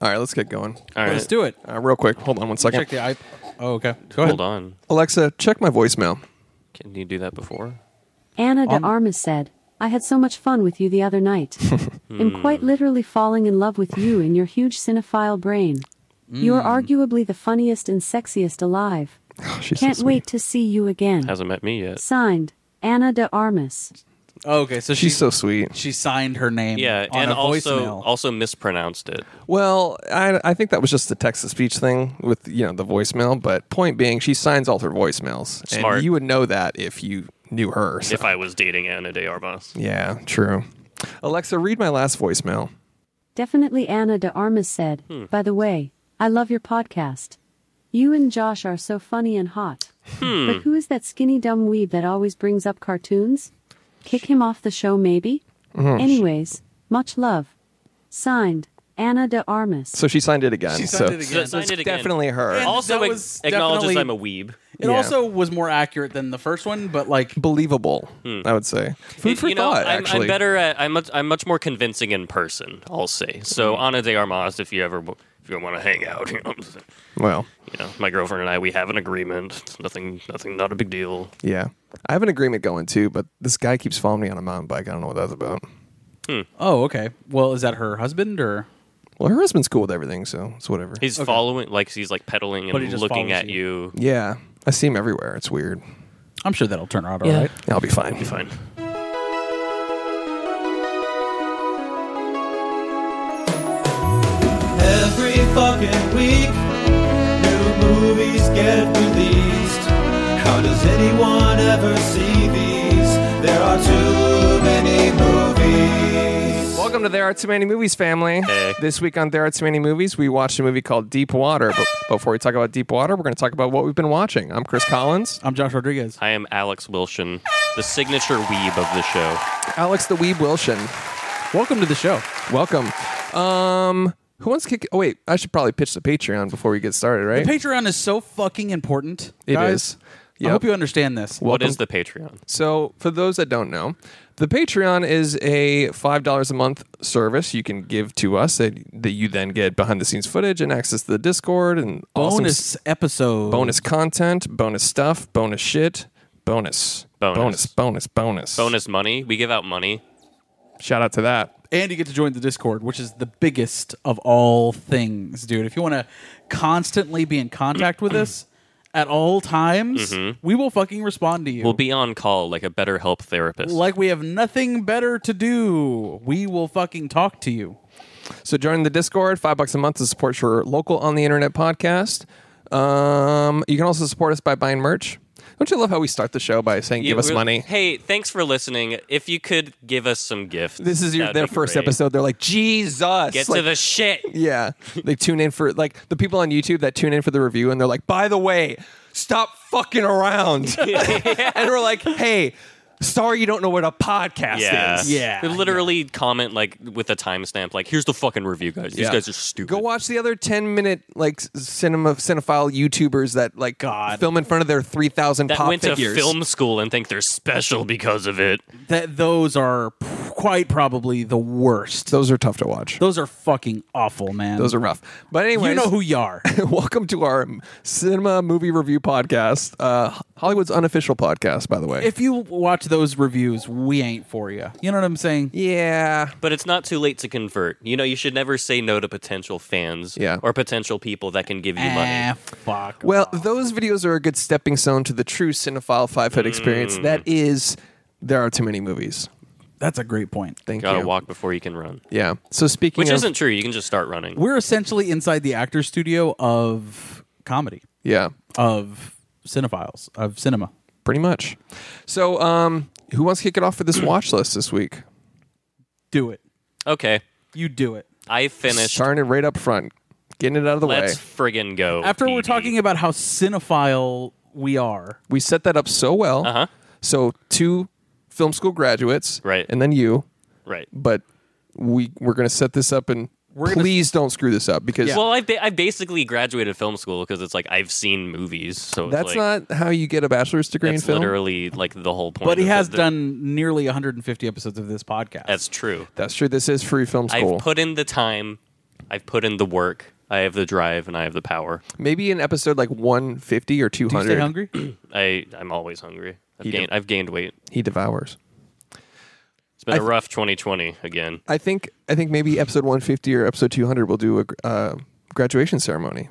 All right, let's get going. All right. Let's do it. Uh, real quick, hold on one second. Check the i. Oh, okay. Go ahead. Hold on. Alexa, check my voicemail. Can you do that before? Anna Um, de Armas said, I had so much fun with you the other night. I'm quite literally falling in love with you and your huge cinephile brain. You're arguably the funniest and sexiest alive. She's so Can't sweet. wait to see you again. Hasn't met me yet. Signed, Anna de Armas. Oh, okay, so she She's so sweet. she signed her name. Yeah, on and a also voicemail. also mispronounced it. Well, I, I think that was just the text to speech thing with you know the voicemail. But point being, she signs all her voicemails. Smart. And you would know that if you knew her. so- If I was dating Anna de Armas. yeah, true. Alexa, read my last voicemail. Definitely Anna de Armas said, By the way, I love your podcast. You and Josh are so funny and hot. But who is that skinny dumb weeb that always brings up cartoons? Kick him off the show, maybe? Anyways, much love. Signed, Anna de Armas. So she signed it again. She so signed it again. So- so- It's Signed it again. definitely her. And- Also that ag- was acknowledges definitely- I'm a weeb. it Yeah. also was more accurate than the first one, but like Believable, I would say. Food for you know, thought. I'm, I'm actually, better at. I'm much, I'm much more convincing in person. I'll say. So Anna de Armas, if you ever w- if you want to hang out, you know, what I'm saying? Well, you know, my girlfriend and I, we have an agreement. It's nothing, nothing, not a big deal. yeah. I have an agreement going too, but this guy keeps following me on a mountain bike. I don't know what that's about. oh, okay. Well, is that her husband or Well, her husband's cool with everything, so it's whatever. He's following, like he's like pedaling But he and just looking follows at you. you. yeah, I see him everywhere. It's weird. I'm sure that'll turn out all right. Yeah, I'll be fine. Be fine. Every fucking week, new movies get released. How does anyone ever see these? There are too many movies. Welcome to There Are Too Many Movies, family. Hey. This week on There Are Too Many Movies, we watched a movie called Deep Water. But before we talk about Deep Water, we're going to talk about what we've been watching. I'm Chris Collins. I'm Josh Rodriguez. I am Alex Wilson, the signature weeb of the show. Alex the Weeb Wilson. Welcome to the show. Welcome. Um, who wants to kick? Oh, wait. I should probably pitch the Patreon before we get started, right? Patreon is so fucking important. It guys. is. I Yep. hope you understand this. What Welcome- is the Patreon? So, for those that don't know, the Patreon is a $5 a month service you can give to us that, that you then get behind the scenes footage and access to the Discord and awesome s- bonus episode. bonus content, bonus stuff, bonus shit, bonus. Bonus. bonus, bonus, bonus. Bonus money. We give out money. Shout out to that. and you get to join the Discord, which is the biggest of all things, dude. If you want to constantly be in contact with us at all times, we will fucking respond to you. Mm-hmm. We'll be on call like a better help therapist. like we have nothing better to do. We will fucking talk to you. So join the Discord. Five bucks a month to support your local on the internet podcast. Um, you can also support us by buying merch. Don't you love how we start the show by saying, You "Give us really- money"? Hey, thanks for listening. If you could give us some gifts. This is your, that'd their be first great. episode. They're like, "Jesus!" Get to Like, the shit. yeah. They tune in for like the people on YouTube that tune in for the review, and they're like, "By the way, stop fucking around." and we're like, "Hey, sorry, you don't know what a podcast Yeah. is." Yeah, They literally comment like with a timestamp, like, here's the fucking review, guys. These Yeah. guys are stupid. Go watch the other ten minute like s- cinema cinephile YouTubers that like God. film in front of their three thousand that pop went figures. to film school and think they're special because of it. That those are p- quite probably the worst. Those are tough to watch. Those are fucking awful, man. Those are rough. But anyways, you know who you are. welcome to our cinema movie review podcast, uh, Hollywood's unofficial podcast, by the way. if you watch those reviews, we ain't for you. You know what I'm saying? yeah, But it's not too late to convert. You know, you should never say no to potential fans Yeah. or potential people that can give you Ah, money. fuck. well, those videos are a good stepping stone to the true cinephile five foot experience. That Mm. is, there are too many movies. that's a great point. Thank Gotta you. walk before you can run. Yeah. So speaking Which of, isn't true. You can just start running. We're essentially inside the actor studio of comedy, yeah, of cinephiles, of cinema. pretty much. So, um, who wants to kick it off for this watch list this week? Do it. Okay. You do it. I finished. Starting it right up front, getting it out of the Let's way. friggin' go. After we're BB. talking about how cinephile we are, We set that up so well. Uh-huh. So two film school graduates, Right. and then you. Right. But we we're gonna set this up, and gonna- please don't screw this up because Well, I, ba- I basically graduated film school because it's like I've seen movies, so it's that's like, not how you get a bachelor's degree in that's film. literally like the whole point. but he of has the- done nearly 150 episodes of this podcast. That's true. That's true. This is free film school. I've put in the time I've put in the work. I have the drive and I have the power. Maybe in episode like 150 or Do you 200, stay hungry? I I'm always hungry. I've You gained don't- I've gained weight. he devours. It's been I a th- rough 2020 again. I think I think maybe episode 150 or episode 200 we'll do a gr- uh, graduation ceremony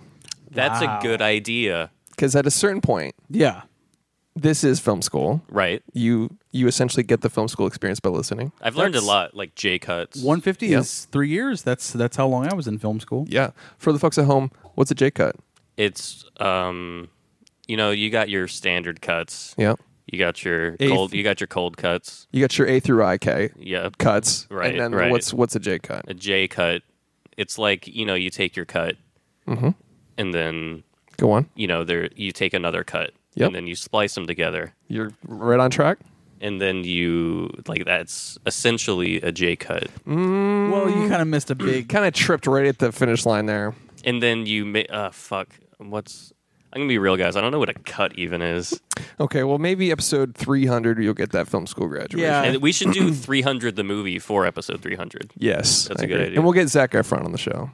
That's Wow. a good idea, because at a certain point, yeah. this is film school. right? You you essentially get the film school experience by listening. I've learned a That's- lot, like J cuts. 150 Yep. is three years. That's that's how long I was in film school. Yeah. For the folks at home, what's a J cut? It's um, you know, you got your standard cuts. Yeah. You got your Eighth. cold. You got your cold cuts. You got your A through I K Yeah, cuts, Right, And then right. what's what's a J cut? a J cut. It's like you know, you take your cut, Mm-hmm. and then Go on. you know there you take another cut, Yep. and then you splice them together, You're right on track. and then you like that's essentially a J cut, Mm. Mm. Well, you kind of missed a big. Kind of tripped right at the finish line there. and then you ma- uh fuck what's I'm gonna be real guys, I don't know what a cut even is, Okay. Well, maybe episode 300 you'll get that film school graduation. Yeah. and we should do 300 the movie for episode 300. Yes, That's I a good agree. idea. And we'll get Zach Efron on the show.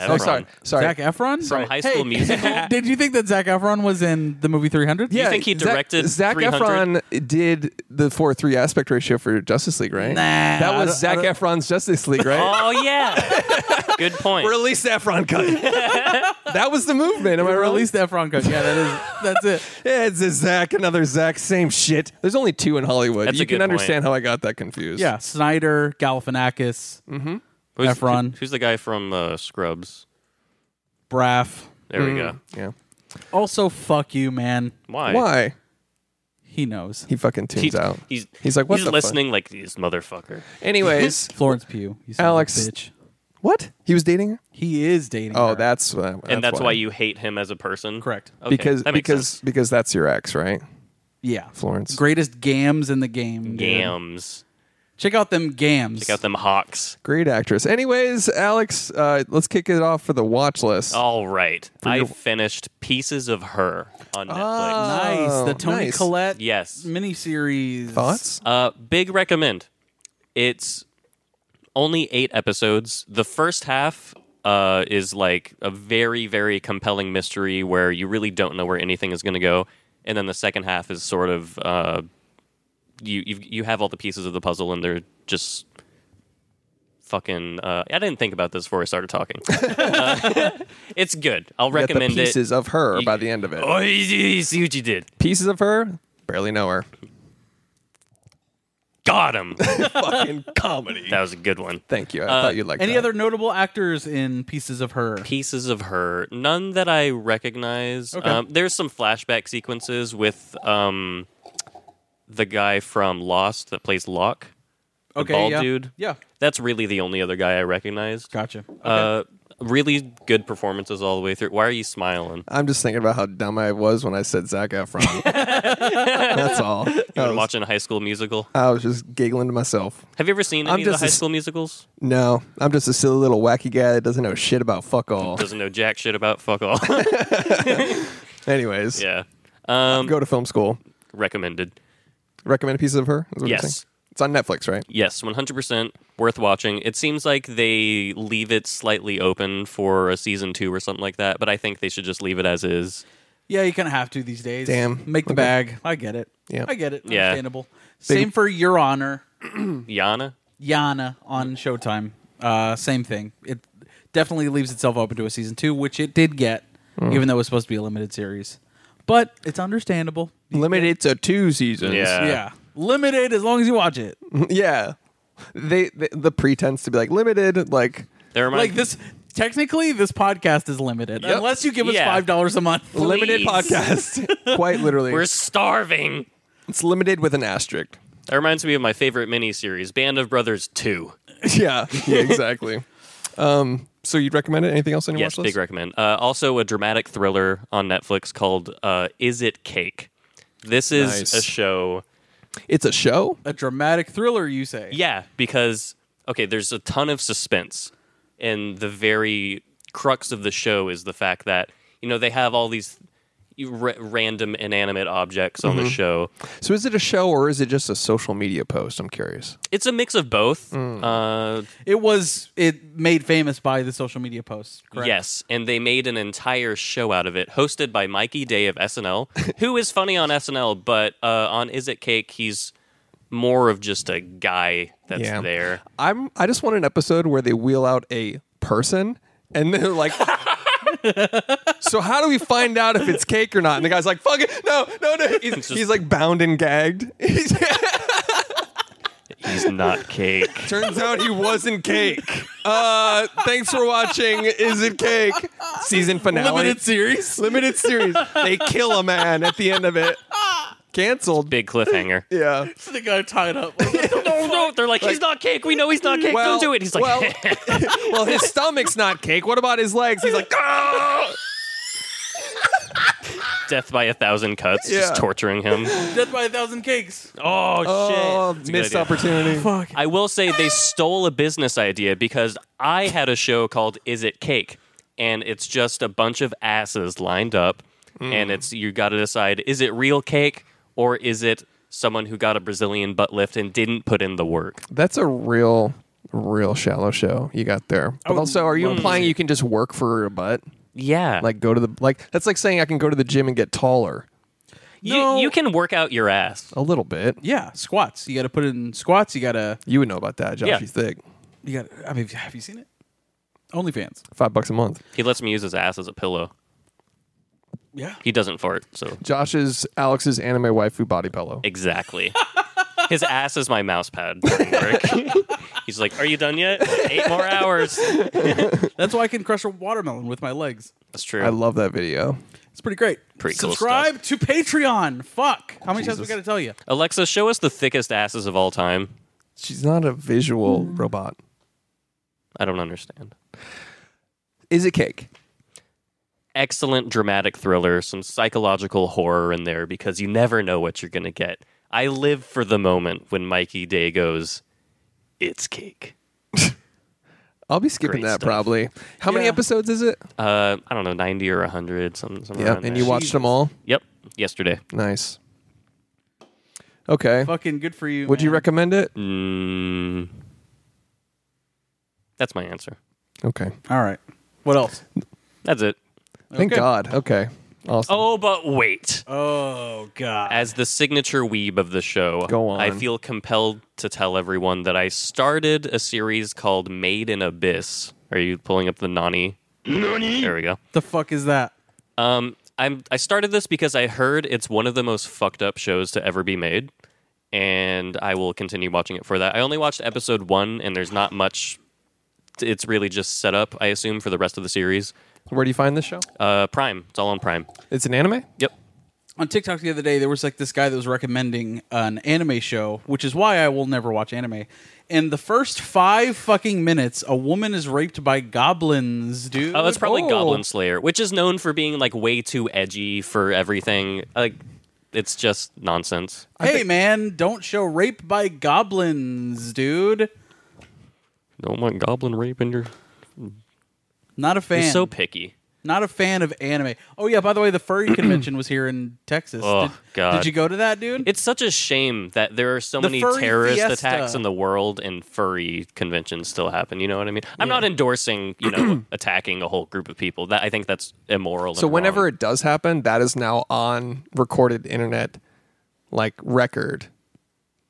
Oh, Efron. sorry, sorry. Zach Efron From High School Musical? Did you think that Zach Efron was in the movie 300? Yeah. think he Zac- directed Zac, 300? Efron did the four three aspect ratio for Justice League, right? Nah, that I was don't- Zach I don't- Efron's Justice League, right? Oh yeah, good point. Release Efron cut. that was the movement. Am I Or at released? least Efron cut. Yeah, that is. That's it. Yeah, it's a Zach, another Zach, same shit. There's only two in Hollywood. That's a you good can point. understand how I got that confused. Yeah, Mm-hmm. Snyder, Galifianakis, Who's- Efron. Who's the guy from uh, Scrubs? Braff. There we go. yeah. Also, fuck you, man. Why? Why? He knows. He fucking tunes He- out. He's He's like, what He's the fuck? listening like this motherfucker. Anyways, Florence Pugh. You son of a Alex- bitch. what? He was dating her. He is dating. Oh, her. that's, uh, that's and that's why. you hate him as a person. Correct. Okay, because that makes because sense. because that's your ex, right? yeah. Florence. Greatest gams in the game. dude. gams. Check out them gams. Check out them hawks. Great actress. Anyways, Alex, uh, let's kick it off for the watch list. All right, I your- Ah, finished Pieces of Her on Netflix. Nice. The Tony Oh, nice. Collette Yes. miniseries. Thoughts? Uh, big recommend. It's only eight episodes. The first half uh, is like a very, very compelling mystery where you really don't know where anything is going to go, and then the second half is sort of uh, you you you have all the pieces of the puzzle, and they're just fucking. Uh, I didn't think about this before I started talking. Uh, it's good. I'll Get the recommend pieces it. of her You- by the end of it. oh, you- you see what you did. Pieces of her, barely know her. Got him. Fucking comedy. that was a good one. Thank you. I thought you'd like Any that. other notable actors in pieces of her? pieces of her. None that I recognize. Um, there's some flashback sequences with um, the guy from Lost that plays Locke, the bald yeah. dude. Yeah. That's really the only other guy I recognized. Gotcha. Okay. Uh, really good performances all the way through. Why are you smiling? I'm just thinking about how dumb I was when I said Zach Efron. that's all. I Been Oh, was, watching High School Musical. I was just giggling to myself. Have you ever seen I'm any of the just High a s- School Musicals? No, I'm just a silly little wacky guy that doesn't know shit about fuck all. Doesn't know jack shit about fuck all. Anyways, yeah. Um, go to film school. recommended. Recommend pieces of her. Is what you're Yes. saying? It's on Netflix, right? Yes, 100% worth watching. It seems like they leave it slightly open for a season two or something like that, but I think they should just leave it as is. Yeah, you kind of have to these days. Damn. Make the Okay. bag. I get it. Yeah. I get it. Yeah. Understandable. Same for Your Honor, Yana? Yana on Showtime. Uh, same thing. It definitely leaves itself open to a season two, which it did get, Mm. even though it was supposed to be a limited series. But it's understandable. Limited to two seasons. Yeah. yeah. Limited as long as you watch it. Yeah. They, they the pretense to be like limited, like That reminds like this, technically, this podcast is limited. Yep. Unless you give us Yeah. $5 a month. limited Please. podcast. Quite literally, We're starving. it's limited with an asterisk. That reminds me of my favorite miniseries, Band of Brothers 2. Yeah, yeah, exactly. um, so you'd recommend it? Anything else on your Yes, watch list? big recommend. Uh, also, a dramatic thriller on Netflix called uh, Is It Cake? This is Nice. a show. it's a show. A dramatic thriller, you say? Yeah, because okay, there's a ton of suspense, and the very crux of the show is the fact that you know they have all these r- random inanimate objects on the show. So is it a show or is it just a social media post? I'm curious. It's a mix of both. Uh, It was it made famous by the social media posts. Correct? Yes, and they made an entire show out of it, hosted by Mikey Day of SNL, who is funny on SNL, but uh, on Is It Cake, he's more of just a guy that's Yeah. there. I'm. I just want an episode where they wheel out a person and they're like. So how do we find out if it's cake or not? And the guy's like, "Fuck it, no, no, no." He's, he's like bound and gagged. He's not cake. Turns out he wasn't cake. Uh, thanks for watching. Is it cake? Season finale. Limited series. Limited series. They kill a man at the end of it. Cancelled. Big cliffhanger. Yeah. the guy tied up. no, no, they're like, he's not cake. We know he's not cake. Well, Don't do it. He's like, well, well, his stomach's not cake. What about his legs? He's like, "Ah!" death by a thousand cuts, Yeah. just torturing him. Death by a thousand cakes. Oh, oh, shit. That's a good missed idea. opportunity. Fuck. I will say they stole a business idea because I had a show called Is It Cake? And it's just a bunch of asses lined up. Hmm. And it's you got to decide is it real cake or is it someone who got a Brazilian butt lift and didn't put in the work? That's a real, real shallow show you got there. But also, are you implying you can just work for a butt? Yeah. Like go to the like? That's like saying I can go to the gym and get taller you, No. you can work out your ass. a little bit. Yeah, squats. You got to put in squats. You got to. You would know about that, Josh. Yeah. He's thick. You got. to I mean, have you seen it? OnlyFans. Five bucks a month. He lets me use his ass as a pillow. Yeah. He doesn't fart. So, Josh's Alex's anime waifu body pillow. exactly. His ass is my mouse pad. during work. He's like, Are you done yet? Eight more hours. That's why I can crush a watermelon with my legs. That's true. I love that video. It's pretty great. Pretty cool Subscribe to Patreon. Fuck. How many times we got to tell you? Alexa, show us the thickest asses of all time. She's not a visual robot. I don't understand. Is it cake? Excellent dramatic thriller, some psychological horror in there because you never know what you're going to get. I live for the moment when Mikey Day goes, It's cake. I'll be skipping Great that stuff. probably. How many Yeah. episodes is it? Uh, I don't know, 90 or 100, something. something yeah, around and there. you watched them all. Yep, yesterday. Nice. Okay. Fucking good for you. Would you man. recommend it? Mm, that's my answer. Okay. All right. What else? That's it. Thank Okay. God. Okay. Awesome. Oh, but wait. Oh God. As the signature weeb of the show, Go on. I feel compelled to tell everyone that I started a series called Made in Abyss. Are you pulling up the Nani? Nani? There we go. the fuck is that? Um, I'm I started this because I heard it's one of the most fucked up shows to ever be made, and I will continue watching it for that. I only watched episode one, and there's not much. It's really just set up, I assume, for the rest of the series. Where do you find this show? Uh, Prime. It's all on Prime. It's an anime? Yep. on TikTok the other day, there was like this guy that was recommending an anime show, which is why I will never watch anime. In the first five fucking minutes, a woman is raped by goblins, dude. Oh, it's probably Oh. Goblin Slayer, which is known for being like way too edgy for everything. Like, it's just nonsense. hey man, don't show rape by goblins, dude. Don't want goblin rape in your. Not a fan. You're so picky. Not a fan of anime. Oh yeah, by the way, the furry convention was here in Texas. Oh, did, God. did you go to that, dude? It's such a shame that there are so The many furry terrorist fiesta. attacks in the world and furry conventions still happen. You know what I mean? I'm not endorsing, you know, attacking a whole group of people. That I think that's immoral. So and whenever wrong. it does happen, that is now on recorded internet like record.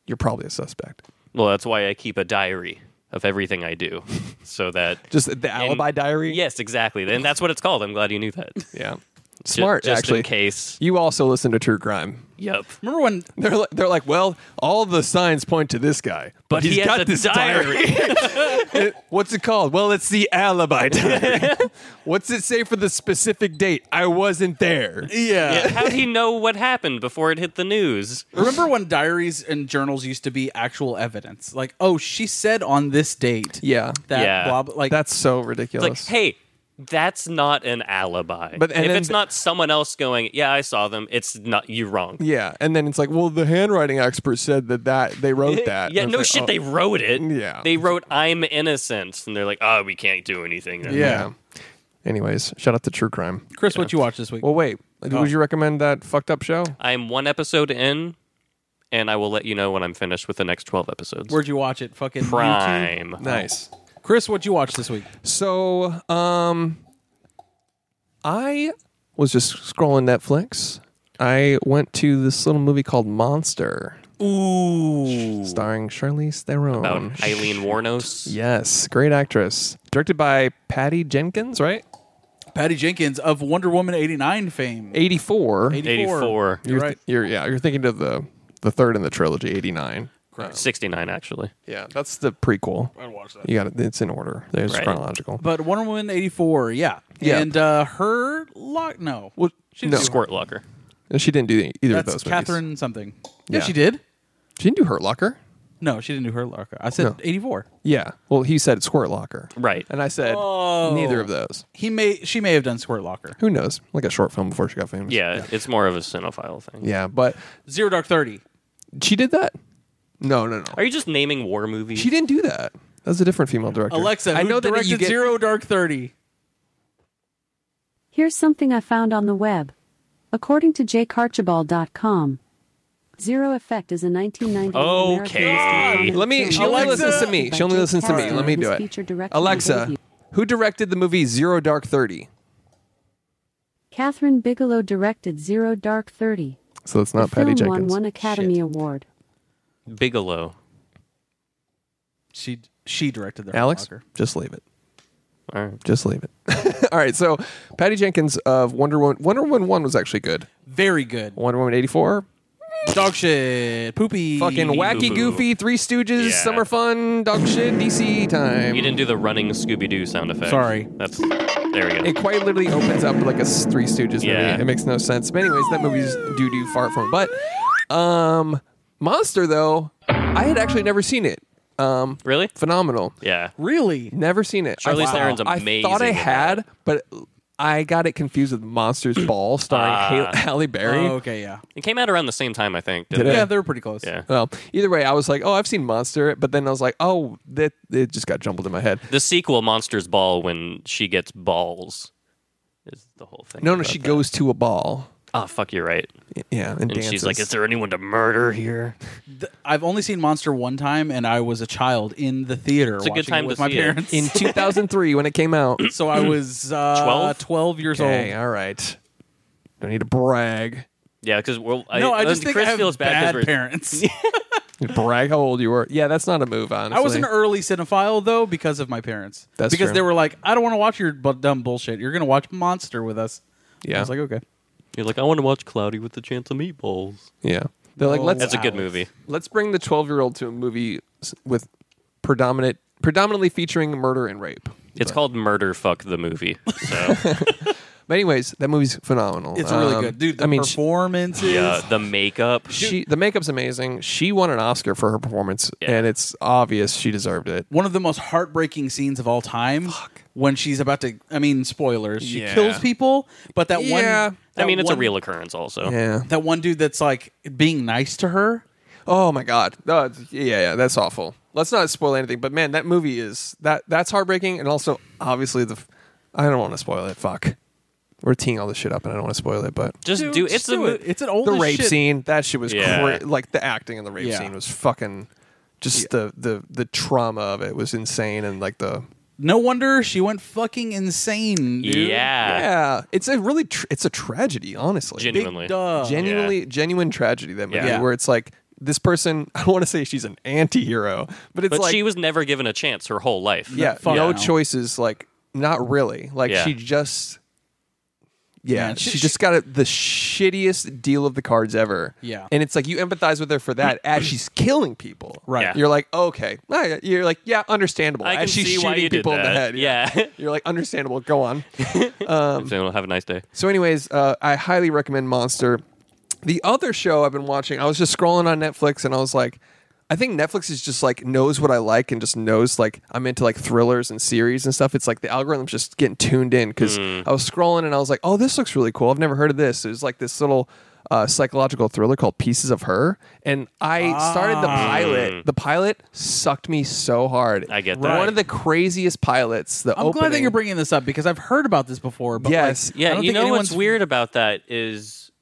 You're probably a suspect. well, that's why I keep a diary of everything I do, so that Just the alibi diary? yes, exactly, and that's what it's called. I'm glad you knew that. Yeah. Smart just actually. in case. You also listen to true crime. Yep. Remember when They're like, they're like, well, all the signs point to this guy, but, he he's has got a this diary. It- What's it called? Well, it's the alibi diary. What's it say for the specific date? I wasn't there. Yeah, How'd he know what happened before it hit the news? Remember when diaries and journals used to be actual evidence? Like, oh, she said on this date. Yeah. That Yeah. blah, blah, like That's so Like, ridiculous. hey, that's not an alibi. But- and if then- it's not someone else going, yeah, I saw them, it's not you wrong. yeah, and then it's like, well, the handwriting expert said that that they wrote that. yeah, And no it's shit, like, oh. they wrote it. Yeah. They wrote, I'm innocent. And they're like, oh, we can't do anything. oh, yeah. Anyways, shout out to True Crime. Chris, what you watch this week? Well, wait. Oh. Would you recommend that fucked up show? I'm one episode in, and I will let you know when I'm finished with the next 12 episodes. Where'd you watch it? Fucking YouTube. Prime. Nice. Chris, what you watch this week? So, um, I was just scrolling Netflix. I went to this little movie called Monster, Ooh. starring Charlize Theron. About Eileen Warnos. Yes, great actress. Directed by Patty Jenkins, right? Patty Jenkins of Wonder Woman '89 fame. 84. 84. You're right. You're yeah, you're thinking of the the third in the trilogy, 89. 69, actually. Yeah, that's the prequel. I'd watch that. You got it. It's in order. There's Right. chronological. But Wonder Woman '84, yeah. Yeah. And uh, her lock? No, Well, She didn't no. do Squirt Locker. And she didn't do the- either of that's those. movies. Catherine something. Yeah. Yeah. she did. She didn't do Hurt Locker. No, she didn't do her lock. I said No. '84. Yeah. Well, he said Squirt Locker. Right. And I said neither of those. He may, she may have done Squirt Locker. Who knows? Like a short film before she got famous. Yeah, it's more of a cinephile thing. Yeah, but Zero Dark Thirty. she did that. No, no, no. Are you just naming war movies? She didn't do that. That was a different female director. Alexa, who I know that directed you get- Zero Dark Thirty. Here's something I found on the web. According to jakearchibald.com, Zero Effect is a 1990 American Okay. Western Let me. film She only Alexa! listens to me. directed She only by Jake listens to me. Hartman, Let me whose do feature it. directorial Alexa, debut- who directed the movie Zero Dark Thirty? Catherine Bigelow directed Zero Dark Thirty. So it's not the Patty film won Jenkins. one Academy Award. Bigelow. She she directed the Hurt Alex, Locker. just leave it. All right. Just leave it. All right. So Patty Jenkins of Wonder Woman. Wonder Woman One was actually good. Very good. Wonder Woman eighty four. Dog shit. Poopy. Fucking wacky, Boo-boo. goofy, Three Stooges, Yeah. summer fun, dog shit, DC time. You didn't do the running Scooby Doo sound effect. Sorry. That's there we go. It quite literally opens up like a s- Three Stooges movie. Yeah. It makes no sense. But anyways, that movie's doo doo far from. But um, Monster though, I had actually never seen it. Um, really? phenomenal. Yeah. Really? Never seen it. Charlize I- Theron's I thought I amazing in had, but I got it confused with Monsters Ball starring Ah. Hal- Halle Berry. Oh, okay, yeah. It came out around the same time, I think. Didn't Did it? it? Yeah, they're pretty close. Yeah. Well, either way, I was like, "Oh, I've seen Monster," but then I was like, "Oh, that it just got jumbled in my head." The sequel, Monsters Ball, when she gets balls, is the whole thing. No, no, about she that. goes to a ball. Oh, fuck, you're right. Yeah, and, And dances. she's like, "Is there anyone to murder here?" Th- I've only seen Monster one time, and I was a child in the theater. It's a good watching it time with to my see it. parents. in 2003 when it came out." so I was uh, 12? 12 years Okay, old. all right. Don't need to brag. Yeah, because well, No, I uh, just think Chris I have feels bad, 'cause bad, we're- parents. brag how old you were. Yeah, that's not a move, honestly. I was an early cinephile though because of my parents. That's because true. they were like, "I don't want to watch your bu- dumb bullshit. You're gonna watch Monster with us." Yeah. I was like, "Okay." You're like, I want to watch Cloudy with a Chance of Meatballs. yeah. They're like, Oh, let's That's a good Alex. movie. let's bring the 12 year old to a movie s- with predominant, predominantly featuring murder and rape. It's called Murder Fuck the Movie. So But anyways, that movie's phenomenal. It's really Um, good, dude. The I mean, she, performances. yeah, the makeup. she- the makeup's amazing. She won an Oscar for her performance, Yeah. and it's obvious she deserved it. One of the most heartbreaking scenes of all time when she's about to. I mean, spoilers. She Yeah. kills people, but that Yeah. one. I that mean, it's a one- real occurrence, also. Yeah. That one dude that's like being nice to her. Oh my god. Uh, yeah, yeah, that's awful. Let's not spoil anything, but man, that movie is that that's heartbreaking and also obviously the f- I don't want to spoil it. Fuck. We're teeing all this shit up and I don't want to spoil it, but Just Dude, do just it's a do mo- it. It's an old the as rape shit. scene, that shit was Yeah. cra- like the acting in the rape Yeah. scene was fucking just the the the trauma of it was insane and like the No wonder she went fucking insane, dude. yeah. yeah, it's a really tr- it's a tragedy, honestly. Gen- Ah. Big Genuinely. Oh, duh. genuinely genuine tragedy that movie Yeah. where it's like this person, I don't want to say she's an anti-hero, but it's But like she was never given a chance her whole life. yeah, fuck no no. choices. Like, not really. Like, Yeah. she just, yeah, Man, she- she, she- just got a, the shittiest deal of the cards ever. Yeah. and it's like you empathize with her for that as she's killing people. Right. Yeah. You're like, okay, Alright, you're like, yeah, understandable. I can as she's see shooting why you did people in the that. head. Yeah. you're like, understandable. Go on. So have a nice day. So, anyways, uh, I highly recommend Monster. The other show I've been watching, I was just scrolling on Netflix and I was like, I think Netflix is just like knows what I like and just knows like I'm into like thrillers and series and stuff. It's like the algorithm's Mm. just getting tuned in because I was scrolling and I was like, oh, this looks really cool. I've never heard of this. It was like this little uh, psychological thriller called Pieces of Her, and I started the pilot. The pilot sucked me so hard. Ah. I get One that. of the craziest pilots. The I'm glad that opening- you're bringing this up because I've heard about this before. But Yes. like, I Yeah, don't you think know what's anyone's weird about that is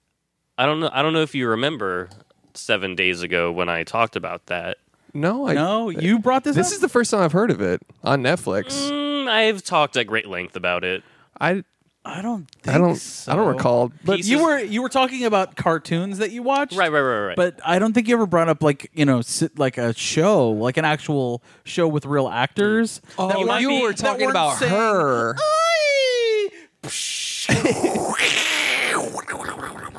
I don't know I don't know if you remember 7 days ago when I talked about that. No, I No, you brought this. This up? is the first time I've heard of it on Netflix. Mm, I've talked at great length about it. I I don't. Think I don't so. I don't recall. But Pieces- You were you were talking about cartoons that you watched, Right, right, right, right. But I don't think you ever brought up like you know sit, like a show, like an actual show with real actors. that oh, might you be- were that talking weren't about saying- her.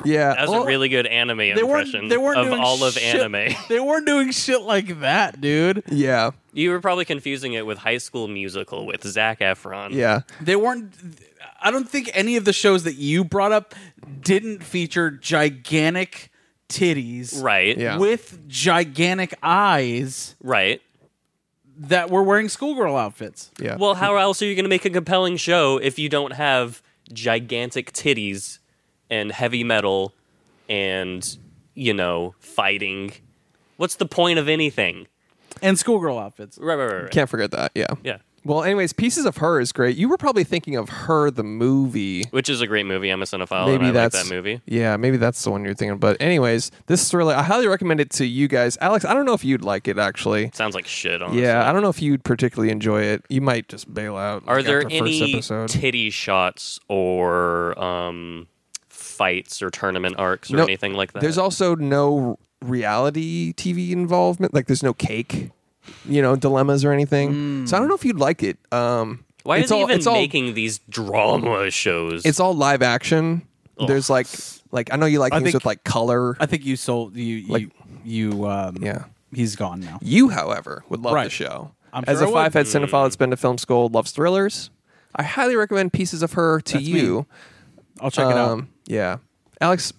yeah. That's well, a really good anime They impression weren't. They weren't of doing all of shit- anime. They weren't doing shit like that, dude. yeah. You were probably confusing it with High School Musical with Zach Efron. Yeah. They weren't. I don't think any of the shows that you brought up didn't feature gigantic titties, Right. Yeah. With gigantic eyes Right. that were wearing schoolgirl outfits. Yeah. Well, how else are you going to make a compelling show if you don't have gigantic titties and heavy metal and, you know, fighting? What's the point of anything? and schoolgirl outfits. Right, right, right. right. can't forget that. Yeah. Yeah. Well, anyways, Pieces of Her is great. You were probably thinking of Her the movie. Which is a great movie. I'm a cinephile maybe Oh, and I like that's that movie. Yeah, maybe that's the one you're thinking. But anyways, this thriller, I highly recommend it to you guys. Alex, I don't know if you'd like it actually. Sounds like shit, honestly. Yeah, I don't know if you'd particularly enjoy it. You might just bail out. Are after there the first any episode. titty shots or um, fights or tournament arcs or No, anything like that? There's also no reality TV involvement. Like there's no cake, you know, dilemmas or anything. So I don't know if you'd like it. Um, Why it's are they all, even it's all, making these drama shows? It's all live action. There's like like I know you like I things think- with like color. I think you sold you you Like- you um Yeah. He's gone now. You, however, would love the Right. show. I'm As sure I a would. five-head cinephile that's been to film school, loves thrillers. I highly recommend Pieces of Her to That's me. you. I'll check it out. Um, yeah, Alex.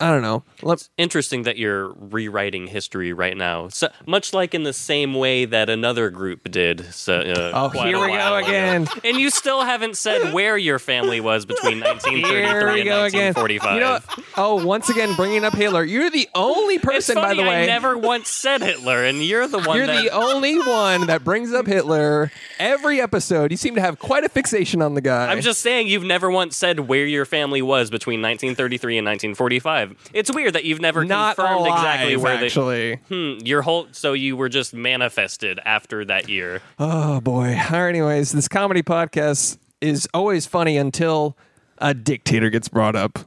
I don't know. Let, interesting that you're rewriting history right now, so, much like in the same way that another group did. So, uh, oh, quite here a we go while ago. again. And you still haven't said where your family was between 1933 Here we and go again. 1945. You know, oh, once again, bringing up Hitler. You're the only it's person, funny, by the way. I never once said Hitler, and you're the one you're that the only one that brings up Hitler every episode. You seem to have quite a fixation on the guy. I'm just saying you've never once said where your family was between 1933 and 1945. It's weird that you've never not confirmed alive, exactly where actually. they. Hmm, your whole so you were just manifested after that year. Oh boy. All right, anyways, this comedy podcast is always funny until a dictator gets brought up.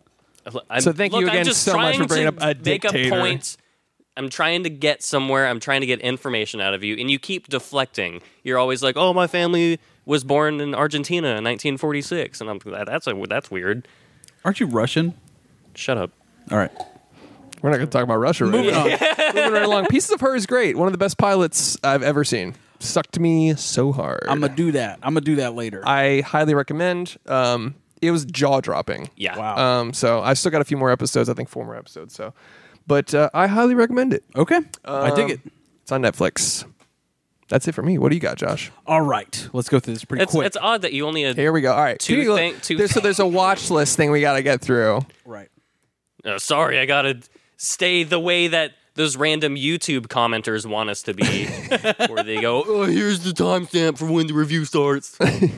I'm- So thank you look, I'm again just so much trying for bringing to up a make dictator. Up points. I'm trying to get somewhere. I'm trying to get information out of you, and you keep deflecting. You're always like, "Oh, my family was born in Argentina in 1946," and I'm that- that's a, that's weird. Aren't you Russian? Shut up. All right. We're not going to talk about Russia. Moving on. Moving right along. Pieces of Her is great. One of the best pilots I've ever seen. Sucked me so hard. I'm gonna do that. I'm gonna do that later. I highly recommend. Um, it was jaw dropping. Yeah. Uh, Wow. Um, so I still got a few more episodes. I think four more episodes. So, but uh, I highly recommend it. okay. I Um, dig it. It's on Netflix. That's it for me. What do you got, Josh? All right. Let's go through this pretty It's, quick. it's odd that you only had Here we go. All right. Two Here we go. thing- two there's, so thing- there's a watch list thing we got to get through. right. Uh, sorry, I gotta stay the way that those random YouTube commenters want us to be, where they go, oh, here's the timestamp for when the review starts. That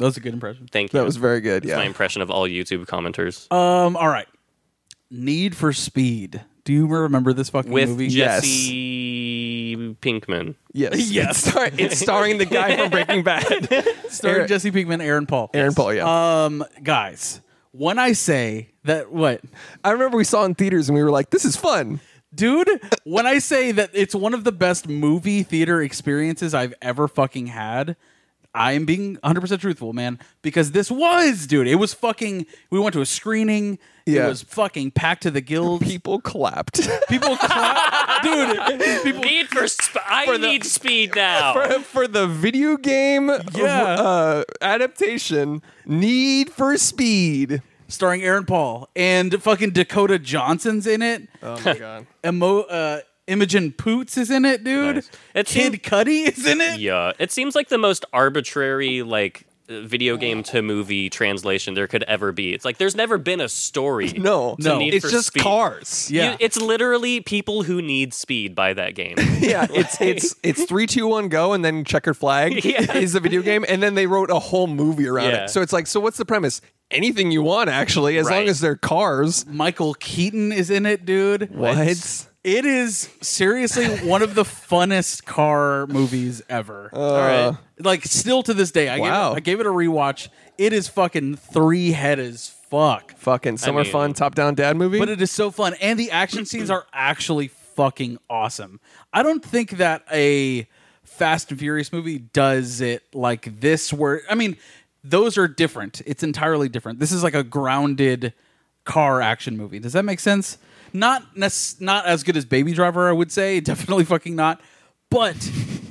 was a good impression. Thank you. That was very good. my Yeah. impression of all YouTube commenters. Um. All right. Need for Speed. Do you remember this fucking With movie? Yes. Jesse Pinkman. Yes. Yes. It's, star- it's starring the guy from Breaking Bad. Starring Aaron- Jesse Pinkman, Aaron Paul. Aaron Paul. Yeah. Uh, Um, guys, when I say that, what, I remember we saw in theaters and we were like, "This is fun." dude? when I say that it's one of the best movie theater experiences I've ever fucking had, I am being 100% truthful, man, because this was, dude, it was fucking. We went to a screening. Yeah. It was fucking packed to the gills. People clapped. People, clapped, dude. People Need for sp- I need speed now. for, for the video game uh, adaptation, Need for Speed. starring Aaron Paul and fucking Dakota Johnson's in it. Oh my god! Emo, uh, Imogen Poots is in it, dude. Nice. It Kid seemed- Cudi is in it. yeah, it seems like the most arbitrary like uh, video game to movie translation there could ever be. It's like there's never been a story. No, No. Need it's for just Speed. cars. You- Yeah. it's literally people who need speed by that game. Yeah, it's it's it's three, two, one, go, and then checkered flag Yeah. is the video game, and then they wrote a whole movie around Yeah. it. So it's like, so what's the premise? Anything you want, actually, as long Right. as they're cars. Michael Keaton is in it, dude. What? It is seriously one of the funnest car movies ever. All right. like still to this day, I Wow. gave, I gave it a rewatch. It is fucking three head as fuck, Fucking summer mean- fun top down dad movie. but it is so fun, and the action scenes are actually fucking awesome. I don't think that a Fast and Furious movie does it like this. Where I mean, those are different. It's entirely different. This is like a grounded car action movie. Does that make sense? Not nec- not as good as Baby Driver, I would say. Definitely fucking not. But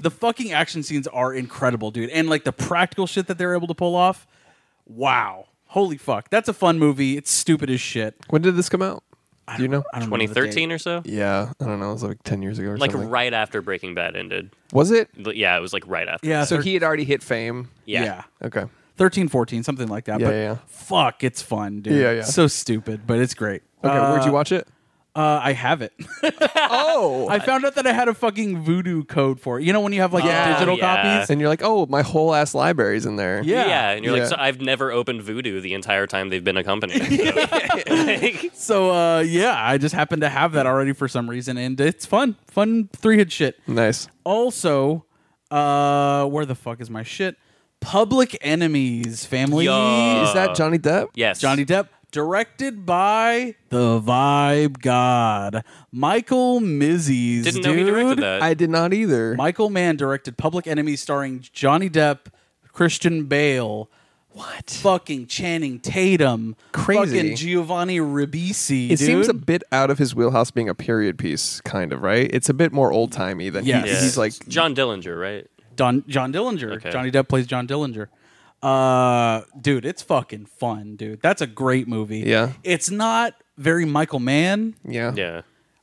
the fucking action scenes are incredible, dude. And like the practical shit that they're able to pull off. Wow. Holy fuck. That's a fun movie. It's stupid as shit. when did this come out? Do you know? I don't remember the 2013 date. or so? Yeah, I don't know. It was like ten years ago or Like something. right after Breaking Bad ended. Was it? But yeah, it was like right after. Yeah. So thir- he had already hit fame. Yeah. yeah. Okay. 13, 14, something like that. Yeah, but yeah, yeah. fuck, it's fun, dude. Yeah, yeah. So stupid, but it's great. Okay. Uh, where'd you watch it? uh, I have it. Oh, I found out that I had a fucking voodoo code for it. You know when you have like Yeah. digital Yeah. copies? and you're like, oh, my whole ass library's in there. Yeah. Yeah. and you're Yeah. like, so I've never opened Voodoo the entire time they've been a company. So, like, So uh, yeah, I just happened to have that already for some reason, and it's fun, fun three hit shit. Nice. Also, uh, where the fuck is my shit? Public Enemies, family. Yo. Is Uh, that Johnny Depp? yes. Johnny Depp, directed by the Vibe God, Michael Mizzies. Didn't know he directed dude. that. I did not either. Michael Mann directed Public Enemies, starring Johnny Depp, Christian Bale. What? Fucking Channing Tatum. Crazy. Fucking Giovanni Ribisi. it dude. seems a bit out of his wheelhouse being a period piece, kind of, right? It's a bit more old timey than he- Yes. Yeah. he's like. John Dillinger, right? Don, John Dillinger. Okay. Johnny Depp plays John Dillinger. Uh, dude, it's fucking fun, dude. That's a great movie. Yeah. It's not very Michael Mann, Yeah. Yeah.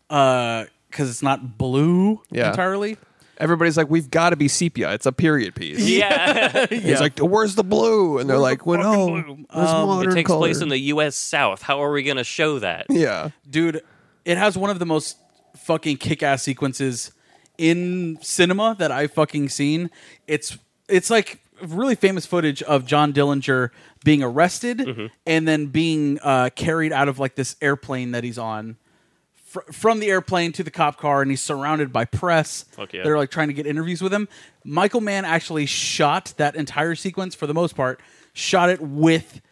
uh, because it's not blue Yeah. entirely. Everybody's like, we've got to be sepia. It's a period piece. Yeah. He's like, where's the blue? And they're like, well, no, there's Um, modern it takes color. place in the U.S. South. How are we going to show that? Yeah. Dude, it has one of the most fucking kick ass sequences in cinema that I've fucking seen. It's it's like really famous footage of John Dillinger being arrested Mm-hmm. and then being uh, carried out of like this airplane that he's on. fr- from the airplane to the cop car, and he's surrounded by press. Fuck yeah. They're like trying to get interviews with him. Michael Mann actually shot that entire sequence for the most part, shot it with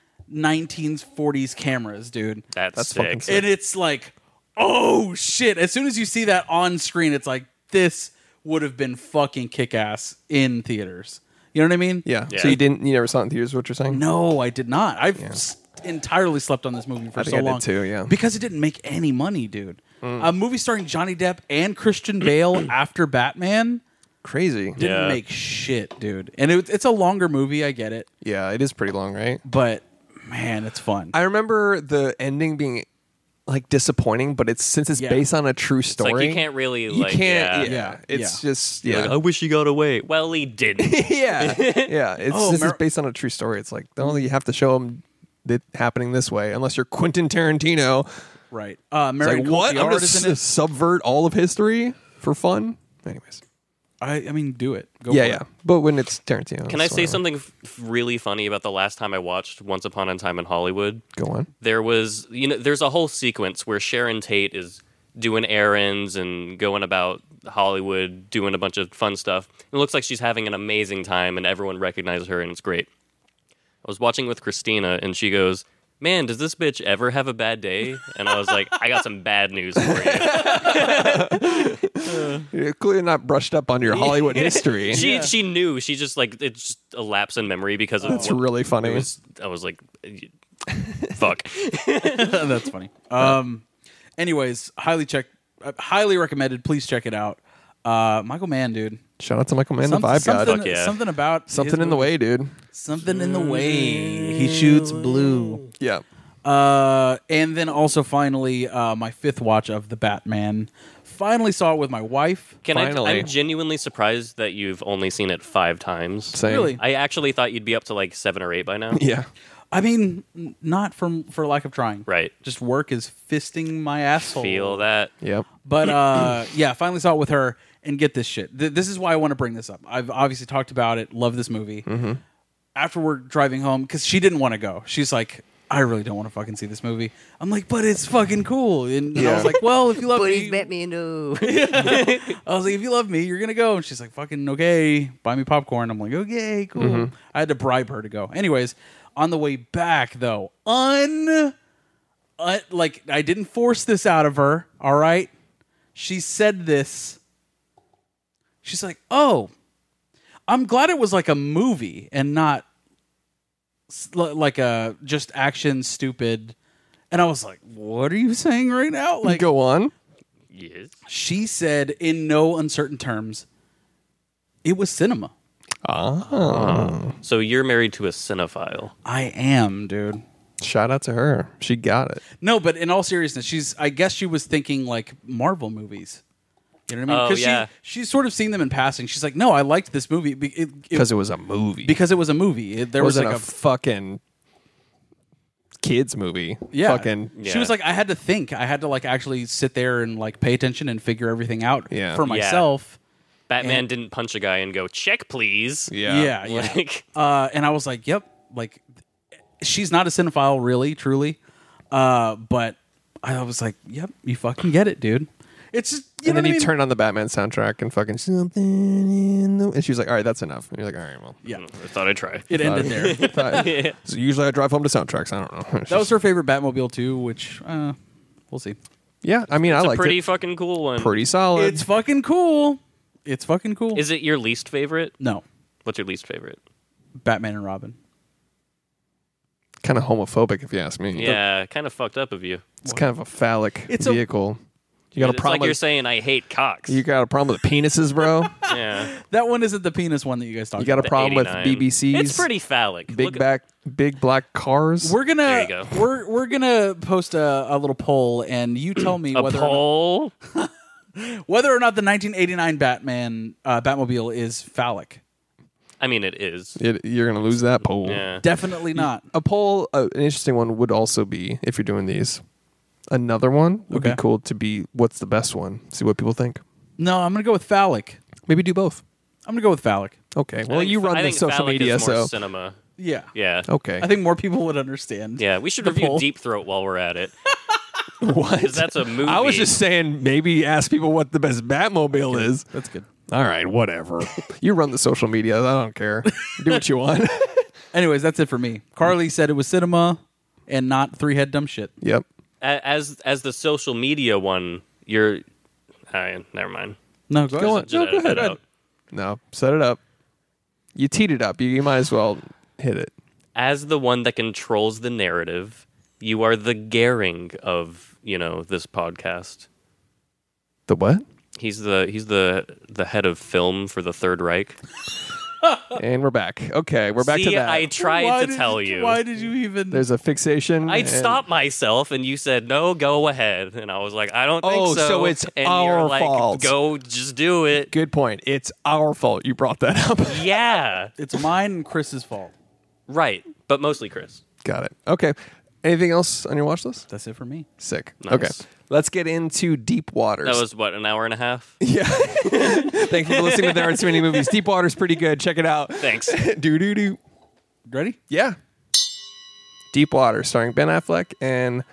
1940s cameras, dude. That's, sick. fucking sick. and it's like, oh shit! As soon as you see that on screen, it's like this would have been fucking kick ass in theaters. You know what I mean? yeah. Yeah. So you didn't, you never saw it in theaters, what you're saying? No, I did not. I've s- entirely slept on this movie for think so I did long too, yeah. Mm. because it didn't make any money, dude. A movie starring Johnny Depp and Christian Bale after Batman Crazy. Yeah. didn't Yeah. make shit, dude. And it, it's a longer movie, I get it, It is pretty long, right? but man, it's fun. I remember the ending being like disappointing, but it's since it's Yeah. based on a true story. like, you can't really, You like, can't. Yeah. yeah. Yeah. It's Yeah. just. Yeah. Like, I wish he got away. Well, he didn't. yeah, yeah. It's Oh, this is Mar- based on a true story. It's like the only you have to show them it happening this way, unless you're Quentin Tarantino. right? Uh, It's Marion like what? I'm Cotillard gonna is s- in it. subvert all of history for fun. Anyways, I, I mean, do it. Go yeah, for yeah. It. But when it's Tarantino, Can I it's say whatever. something f- really funny about the last time I watched Once Upon a Time in Hollywood? Go on. there was you know there's a whole sequence where Sharon Tate is doing errands and going about Hollywood doing a bunch of fun stuff. It looks like she's having an amazing time and everyone recognizes her and it's great. I was watching with Christina and she goes, "Man, does this bitch ever have a bad day?" And I was like, "I got some bad news for you." You're clearly not brushed up on your Hollywood history. She she knew. She just like it's just a lapse in memory because of It's what- really funny. it was, I was like, "Fuck." That's funny. Um, anyways, highly check, uh, highly recommended. Please check it out. Uh, Michael Mann, dude. Shout out to Michael Mann, the Some- Vibe something, God. yeah. something about Something his in the movie- way, dude. Something in the way. He shoots blue. Yeah. Uh, and then also finally, uh, my fifth watch of the Batman finally saw it with my wife. Can I? Finally. I'm genuinely surprised that you've only seen it five times. Same. Really? I actually thought you'd be up to like seven or eight by now. Yeah. I mean, n- not from for lack of trying. Right. Just work is fisting my asshole. Feel that. Yep. But uh, yeah, finally saw it with her and get this shit. Th- this is why I want to bring this up. I've obviously talked about it. Love this movie. After we're driving home, because she didn't want to go. She's like, I really don't want to fucking see this movie. I'm like, but it's fucking cool. And, and I Yeah. was like, well, if you love me, Batman. No. I was like, if you love me, you're gonna go. And she's like, fucking okay, buy me popcorn. I'm like, okay, cool. I had to bribe her to go. Anyways, on the way back though, un, un- like I didn't force this out of her. All right, she said this. She's like, oh, I'm glad it was like a movie and not s- li- like a just action stupid. And I was like, what are you saying right now? Like, Go on. yes. she said in no uncertain terms it was cinema So you're married to a cinephile. i am dude Shout out to her. She got it. no but in all seriousness she's i guess she was thinking like marvel movies you know what i mean Oh, yeah. she, she's sort of seen them in passing she's like no i liked this movie be- it- it- Because it was a movie. because it was a movie It- there it was wasn't like a, a fucking kids movie. yeah Fucking she Yeah. was like i had to think i had to like actually sit there and like pay attention and figure everything out Yeah. for Yeah. myself Batman And- didn't punch a guy and go check, please. yeah. yeah, yeah. Like, uh, and I was like, "Yep." Like, she's not a cinephile, really, truly. Uh, but I was like, "Yep, you fucking get it, dude." It's just, you and know then what he I mean? turned on the Batman soundtrack and fucking something in the. And she was like, all right, that's enough. And you're like, all right, well. Yeah, I thought I'd try. it ended there. But- so usually I drive home to soundtracks. I don't know. that was her favorite Batmobile too, which uh, we'll see. yeah. I mean, I It's a like pretty it. fucking cool one. Pretty solid. It's fucking cool. It's fucking cool. Is it your least favorite? no, What's your least favorite? Batman and Robin. kind of homophobic, if you ask me. Yeah, kind of fucked up of you. It's kind of a phallic It's a- vehicle. you got a it's problem. like you're with, saying I hate cocks. you got a problem with penises, bro. yeah. That one isn't the penis one that you guys talked You got a about. problem with 89. BBCs. It's pretty phallic. big Look- back, big black cars. We're gonna There you go. we're we're gonna post a, a little poll, and you tell me A whether or not- poll. whether or not the 1989 Batman uh, Batmobile is phallic. I mean, it is. It- you're gonna lose that poll. Yeah. Definitely not. A poll, uh, an interesting one would also be if you're doing these. Another one would Okay. be cool to be what's the best one. See what people think. No, I'm gonna go with phallic. Maybe do both. I'm gonna go with phallic. Okay. I Well, think- you run I the think social phallic media, is more so cinema. Yeah. Yeah. okay. I think more people would understand. Yeah, we should The review poll. Deep Throat while we're at it. what? 'Cause that's a movie. I was just saying, maybe ask people what the best Batmobile is. That's good. All right, whatever. you run the social media. I don't care. Do what you want. Anyways, that's it for me. Carly said it was cinema and not three head dumb shit. yep. A- as as the social media one. You're. I, never mind. No, go, Go ahead. on. Just No, edit go that ahead. out. No, set it up. You teed it up. You, you might as well hit it. As the one that controls the narrative, you are the Gehring of you know this podcast. The what? He's the he's the the head of film for the Third Reich. And we're back. Okay, we're back Uh, See, to that. I tried Why to did- tell you. Why did you even? There's a fixation. I and- stopped myself, and you said no. Go ahead, and I was like, I don't Oh, think so. so it's and our you're like, fault. Go, just do it. Good point. It's our fault you brought that up. Yeah, It's mine and Chris's fault. right. But mostly Chris. Got it. Okay. Anything else on your watch list? That's it for me. Sick. Nice. Okay. Let's get into Deep Waters. That was what an hour and a half. yeah. Thank you for listening to There Aren't So Many Movies. Deep Waters pretty good. Check it out. Thanks. do do do. Ready? Yeah. Deep Water, starring Ben Affleck and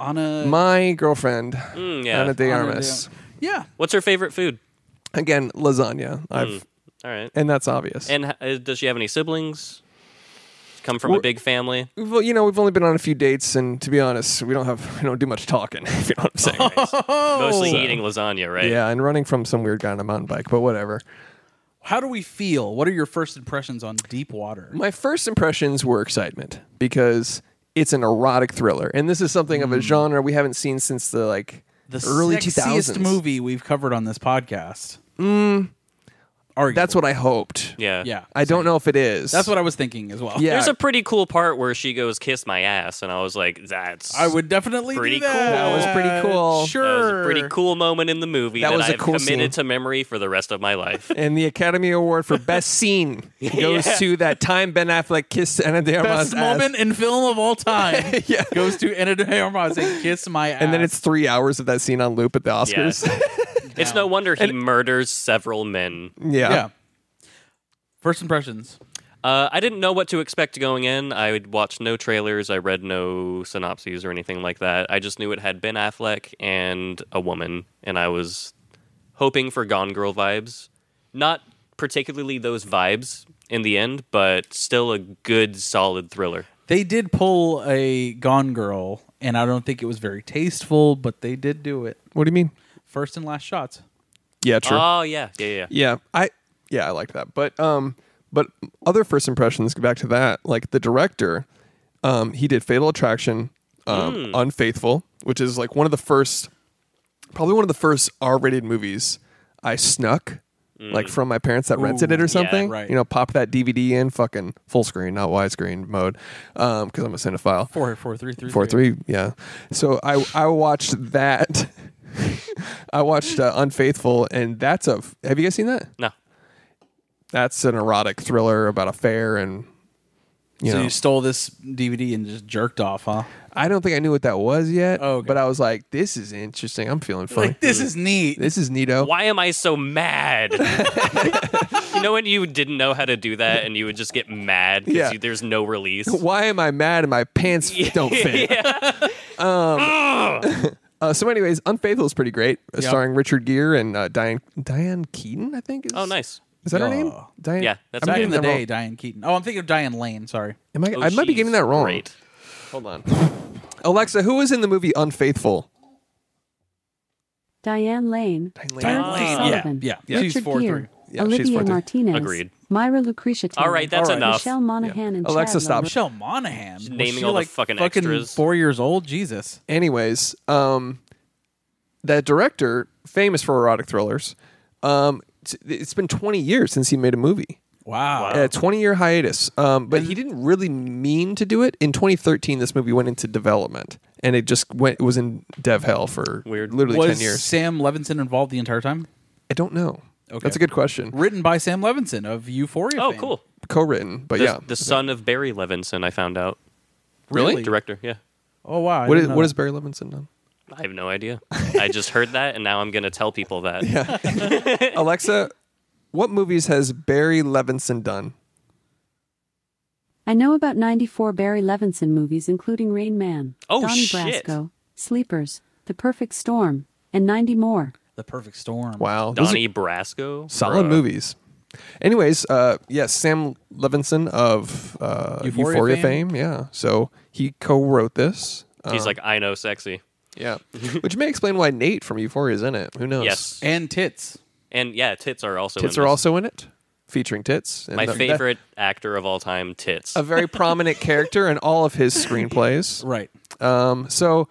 On a my girlfriend, Mm, yeah. Ana de Ana de Armas. yeah. What's her favorite food? Hmm. Again, lasagna. I've All right. and that's obvious. Mm. And h- uh, does she have any siblings? Come from a We're- big family. well, you know, we've only been on a few dates, and to be honest, we don't have we don't do much talking. If you know what I'm saying. Mostly eating lasagna, right? Oh. Yeah, and running from some weird guy on a mountain bike, but whatever. How do we feel? What are your first impressions on Deep Water? My first impressions were excitement because it's an erotic thriller, and this is something of a genre we haven't seen since the like Mm. The early sexiest 2000s. Mm. movie we've covered on this podcast. Arguably. That's what I hoped. Yeah. Yeah. I don't know if it is. That's what I was thinking as well. Yeah. There's a pretty cool part where she goes, "Kiss my ass," and I was like, "That's I would definitely do Pretty that. cool. That was pretty cool. That Sure. was a pretty cool moment in the movie That that, was a I've cool committed scene. to memory for the rest of my life. and the Academy Award for Best Scene goes Yeah. to that time Ben Affleck kissed Anna de Armas' Best ass. moment in film of all time Yeah. goes to Anna de Armas and kiss my ass. And then it's three hours of that scene on loop at the Oscars. Yeah. it's no wonder he murders several men. yeah. yeah. First impressions. Uh, I didn't know what to expect going in. I would watch no trailers. I read no synopses or anything like that. I just knew it had Ben Affleck and a woman, and I was hoping for Gone Girl vibes. Not particularly those vibes in the end, but still a good, solid thriller. They did pull a Gone Girl, and I don't think it was very tasteful, but they did do it. What do you mean? First and last shots. Yeah, true. Oh yeah, yeah, yeah. yeah. I yeah, I liked that. But um but other first impressions go back to that, like the director, um, he did Fatal Attraction, um, Unfaithful, which is like one of the first probably one of the first R rated movies I snuck. Like from my parents that rented it or something, right. you know, pop that DVD in, fucking full screen, not widescreen mode, because I'm a cinephile. Four, four, three, three, four three yeah so i i watched that i watched uh, unfaithful and that's a have you guys seen that No. that's an erotic thriller about a fair and you so know you stole this DVD and just jerked off, huh? i don't think i knew what that was yet Oh, okay. but i was like this is interesting i'm feeling funny Like this is neat. this is neato Why am I so mad? you know when you didn't know how to do that and you would just get mad because Yeah. there's no release. why am i mad and my pants don't fit um, uh, so anyways unfaithful is pretty great uh, Yeah. starring richard gere and uh, diane diane keaton i think is Oh, nice. is that her name Yeah. diane Yeah, that's I'm her name. Back getting in the that wrong. day, Diane Keaton. Oh, I'm thinking of Diane Lane. Sorry. Am I, Oh, I might be she's getting that wrong. Great. Hold on. Alexa, who was in the movie Unfaithful? Diane Lane, Diane Erica Lane, yeah, Sullivan, yeah. Yeah. She's Richard 4'3". Gere, Yeah, she's Olivia 4'3". Martinez, Agreed. Myra Lucretia Taylor, All right, that's All right. enough. Michelle Monaghan and Alexa, Chad stop. Lowe. Michelle Monaghan. Was naming she all the like fucking fucking extras. four years old. Jesus. Anyways, um, that director, famous for erotic thrillers, um, t- it's been 20 years since he made a movie. Wow. A 20 year hiatus. Um, but he didn't really mean to do it. In 2013, this movie went into development and it just went, it was in dev hell for Weird. literally Was 10 years. Sam Levinson involved the entire time? I don't know. Okay. That's a good question. Written by Sam Levinson of Euphoria. Oh, fame. cool. Co written, but The, yeah. the son of Barry Levinson, I found out. Really? Director, yeah. Oh wow. I What didn't is, know what that. has Barry Levinson done? I have no idea. I just heard that, and now I'm going to tell people that. Alexa, what movies has Barry Levinson done? I know about 94 Barry Levinson movies, including Rain Man, Oh, Donnie shit. Brasco, Sleepers, The Perfect Storm, and 90 more. The Perfect Storm? Wow. those are Donnie Brasco. solid Bruh. movies. Anyways, uh, yes, Sam Levinson of uh, Euphoria, Euphoria fame. fame. Yeah. So he co wrote this. Uh, He's like, I know sexy. yeah. Which may explain why Nate from Euphoria is in it. Who knows? Yes. And, And tits. yeah, tits are also Tits in are this. also in it, featuring tits. And My the- that- favorite actor of all time, Tits. a very prominent character in all of his screenplays. Right. Um, so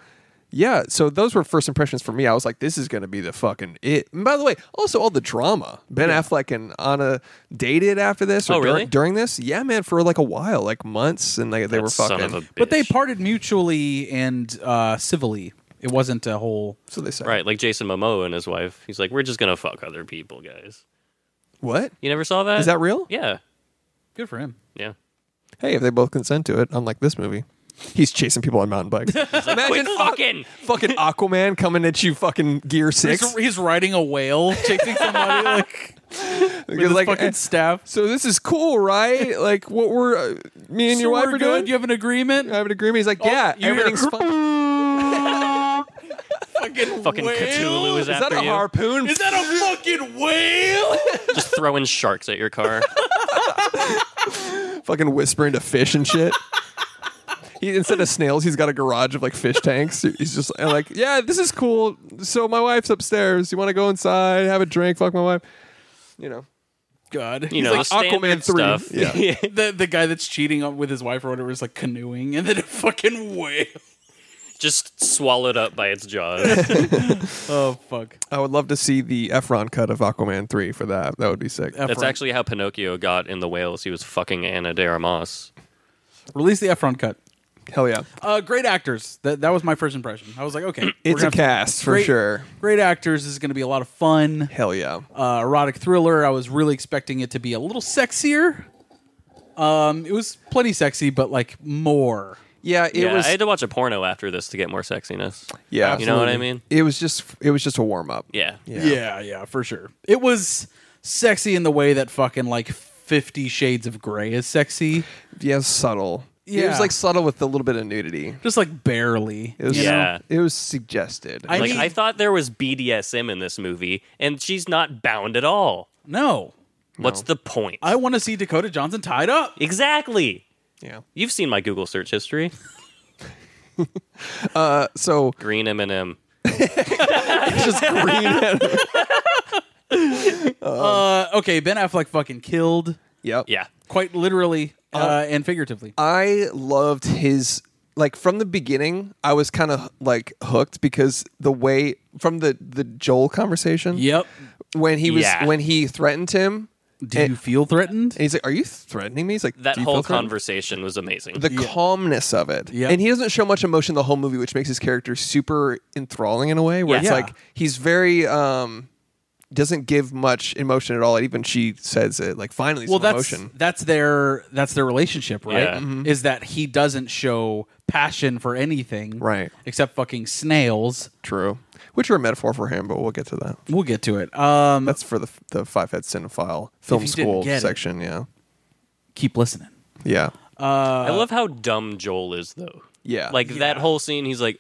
yeah, so those were first impressions for me. I was like, this is gonna be the fucking it. And by the way, also all the drama. Ben Affleck and Anna dated after this or Oh, dur- really? during this. Yeah, man, for like a while, like months, and like they were Son of fucking. a bitch. But they parted mutually and uh, civilly. It wasn't a whole. so they said, Right, like Jason Momoa and his wife. He's like, we're just going to fuck other people, guys. What You never saw that? is that real? Yeah. Good for him. Yeah. Hey, if they both consent to it, unlike this movie. He's chasing people on mountain bikes. Imagine Quit Aqu- fucking. fucking Aquaman coming at you, fucking Gear Six. He's, he's riding a whale, chasing somebody like with Because, his like, eh, fucking staff. so this is cool, right? like what we're uh, me and So your wife we're are good? doing. You have an agreement? I have an agreement. He's Oh, like, yeah, you hear- everything's fine. fucking Fucking Cthulhu Is is, after that a you. harpoon? Is that a fucking whale? Just throwing sharks at your car. fucking whispering to fish and shit? he instead of snails, he's got a garage of like fish tanks. He's just and, like, yeah, this is cool. So my wife's upstairs. You want to go inside, have a drink, fuck my wife? You know, God. You know, like the standard Aquaman 3. stuff. Yeah. the the guy that's cheating on with his wife or whatever is like canoeing, and then a fucking whale just swallowed up by its jaws. Oh fuck. I would love to see the Efron cut of Aquaman 3 for that. That would be sick. That's Efron. actually how Pinocchio got in the whales. He was fucking Anna de Armas. Release the Efron cut. Hell yeah. Uh, great actors. That that was my first impression. I was like, okay, we're It's a gonna have cast for great- sure. Great actors. This is going to be a lot of fun. Hell yeah. Uh, erotic thriller. I was really expecting it to be a little sexier. Um, it was plenty sexy, but like more. Yeah, it yeah, was I had to watch a porno after this to get more sexiness. Yeah. you know what I mean. It was just it was just a warm up. Yeah, Yeah. yeah, for sure. It was sexy in the way that fucking like Fifty Shades of Grey is sexy, Yeah, subtle. It Yeah. was like subtle with a little bit of nudity. just like barely. It was you know? Yeah. it was suggested. I like mean- I thought there was BDSM in this movie, and she's not bound at all. No, What's the point? I want to see Dakota Johnson tied up. exactly. yeah. You've seen my Google search history. So Green M and M. just green. Uh, okay, Ben Affleck fucking killed, yep. Yeah, quite literally uh, and figuratively. I loved his like from the beginning. I was kind of like hooked because the way from the the Joel conversation. Yep. When he was Yeah. when he threatened him, Do And- you feel threatened? and he's like, "Are you threatening me?" He's like, that "Do you whole feel threatened?" conversation was amazing. The calmness of it, Yep. and he doesn't show much emotion the whole movie, which makes his character super enthralling in a way where Yeah. it's Yeah. like he's very um doesn't give much emotion at all. And even she says it like finally well, some that's emotion. Mm-hmm. that's their that's their relationship, right? Yeah. Mhm. Is that he doesn't show passion for anything, Right. Except fucking snails. True, which are a metaphor for him, but we'll get to that. We'll get to it. Um, That's for the the five head cinephile film you didn't school get it. section. Yeah, keep listening. yeah, I love how dumb Joel is, though. yeah. Like that whole scene, he's like,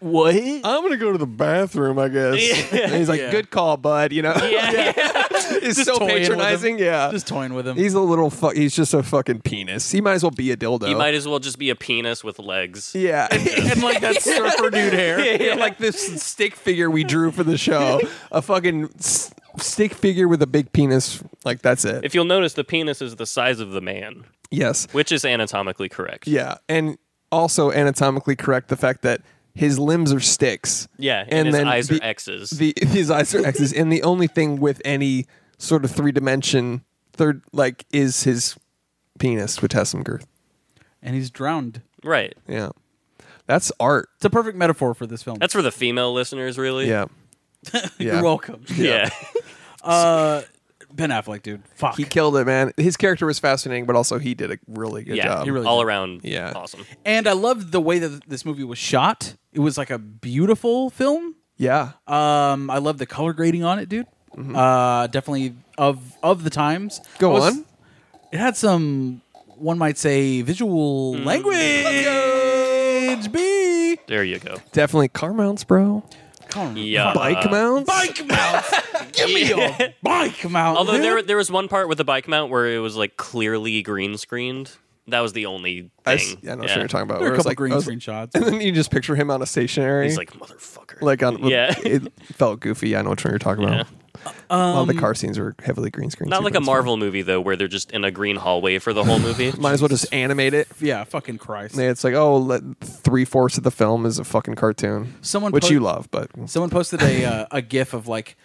What? I'm gonna go to the bathroom, I guess. And he's like, Yeah. "Good call, bud." You know, yeah. he's so Oh, patronizing. Yeah, Just toying with him. he's a little fuck. He's just a fucking penis. He might as well be a dildo. He might as well just be a penis with legs. yeah, and like that surfer dude hair. like this stick figure we drew for the show, a fucking s- stick figure with a big penis. Like that's it. If you'll notice, the penis is the size of the man, yes, which is anatomically correct. yeah, and also anatomically correct the fact that his limbs are sticks. Yeah, and, his eyes are X's. the his eyes are X's, and the only thing with any sort of three dimension third like is his penis, which has some girth. And he's drowned. right. Yeah, that's art. It's a perfect metaphor for this film. That's for the female listeners, really. Yeah, You're yeah. welcome. Yeah. Uh, ben Affleck, dude. Fuck. He killed it, man. His character was fascinating, but also he did a really good yeah. job. he really All did. around. Yeah. Awesome. and I loved the way that this movie was shot. It was like a beautiful film. yeah, Um, I love the color grading on it, dude. Uh, definitely of of the times. Mm-hmm. Go I on. It had some, one might say, visual Mm. language. B. There you go. definitely car mounts, bro. Come on, Yeah. uh, Bike mounts. Bike mount. Give me your bike mount. Although dude. there there was one part with the bike mount where it was like clearly green screened. That was the only thing. I, s- I know what Yeah. you're talking about. There where were it's a couple like- green I was- screen shots. And then you just picture him on a stationary. He's like motherfucker. like on Yeah. it felt goofy. I know which one you're talking about. a lot of the Um, car scenes were heavily green screen. Not like a Marvel movie though, where they're just in a green hallway for the whole movie. Might as well just animate it. yeah, fucking Christ. It's like, oh, let, three fourths of the film is a fucking cartoon. Someone which po- you love, but Someone posted a uh, a GIF of like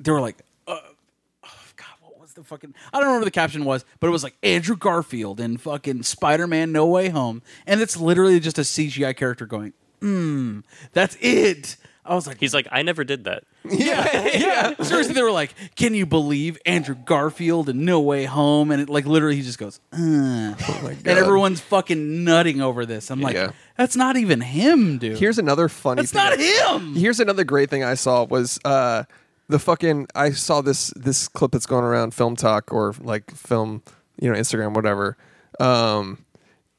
they were like, uh, oh, God, what was the fucking? I don't remember what the caption was, but it was like Andrew Garfield in fucking Spider Man No Way Home, and it's literally just a CGI character going, hmm, that's it. I was like, He's like, I never did that. yeah, yeah. seriously, they were like, can you believe Andrew Garfield in No Way Home? And it like literally he just goes, uh. and Oh God. everyone's fucking nutting over this. I'm like, Yeah. that's not even him, dude. Here's another funny. that's not thing. him. Here's another great thing I saw was uh, the fucking. I saw this this clip that's going around Film Talk or like film, you know, Instagram, whatever. Um,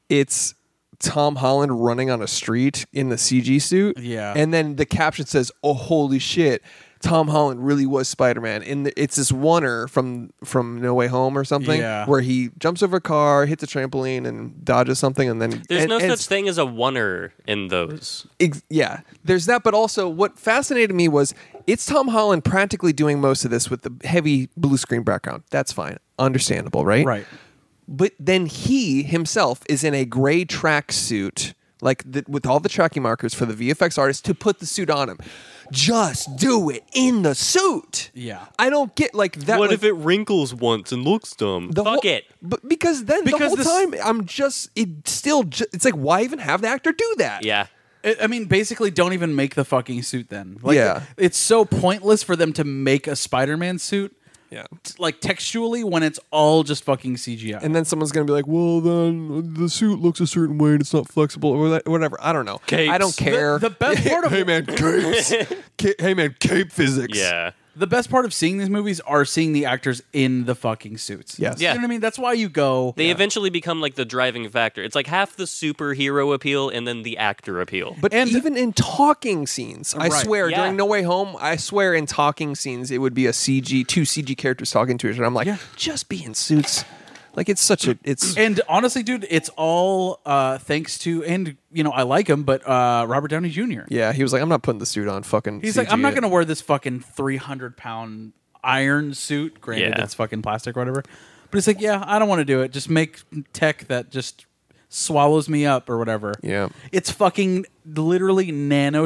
it's Tom Holland running on a street in the CG suit. Yeah. and then the caption says, "Oh holy shit." Tom Holland really was Spider Man, and th- it's this oneer from from No Way Home or something, Yeah. where he jumps over a car, hits a trampoline, and dodges something, and then There's and- no and it's- such thing as a oneer in those. Ex- yeah, there's that. But also, what fascinated me was it's Tom Holland practically doing most of this with the heavy blue screen background. That's fine, understandable, right? Right. But then he himself is in a gray tracksuit, like the, with all the tracking markers for the VFX artist to put the suit on him. Just do it in the suit. Yeah. I don't get like that. what like, if it wrinkles once and looks dumb? the Fuck whole- it. But because then Because the this- whole time I'm just it still ju- it's like why even have the actor do that? Yeah. I- I mean, basically, don't even make the fucking suit then. Like, Yeah. It's so pointless for them to make a Spider Man suit, Yeah. t- like textually, when it's all just fucking CGI. And then someone's gonna be like, "Well, then the suit looks a certain way and it's not flexible or that- whatever." I don't know. Capes. I don't The- care. the best part of- hey man, capes. Ca- hey man, cape physics. Yeah. the best part of seeing these movies are seeing the actors in the fucking suits. Yes. You know what I mean? That's why you go. They eventually become like the driving factor. It's like half the superhero appeal and then the actor appeal. But And- even in talking scenes, I Right. swear Yeah. during No Way Home, I swear in talking scenes it would be a CG two CG characters talking to each other. I'm like, Yeah. just be in suits. Like it's such a it's And honestly, dude, it's all uh, thanks to, and, you know, I like him, but uh, Robert Downey Jr. yeah. He was like, I'm not putting the suit on. Fucking. He's like, CG I'm not it." going to wear this fucking 300 pound iron suit. Granted, Yeah. it's fucking plastic or whatever. But it's like, yeah, I don't want to do it. Just make tech that just swallows me up or whatever. Yeah. It's fucking literally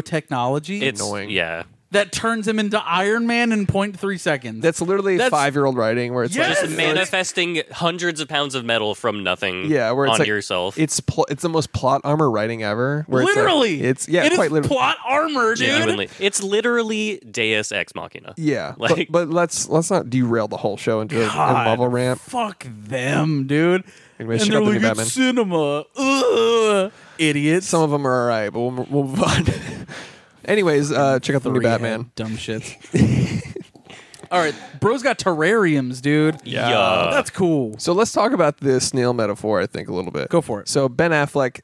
nanotechnology it's annoying. Yeah. that turns him into Iron Man in 0.3 seconds. That's literally That's- five year old writing where it's Yes! like Just manifesting hundreds of pounds of metal from nothing Yeah, where it's on like, yourself. It's pl- it's the most plot armor writing ever. Where it's like- literally. it's, yeah, It is quite literally. plot armor, dude. genuinely. It's literally Deus Ex Machina. yeah, Like- but, but let's let's not derail the whole show into a, a God, level ramp. Fuck them, dude. Anyway, and shut they're up, like, New it's cinema. Ugh. Idiots. Some of them are all right, but we'll, we'll move on. Anyways, uh, check out the new Three-head Batman. Dumb shits. All right, bro's got terrariums, dude. Yeah. Yeah. that's cool. So let's talk about the snail metaphor. I think a little bit. Go for it. So Ben Affleck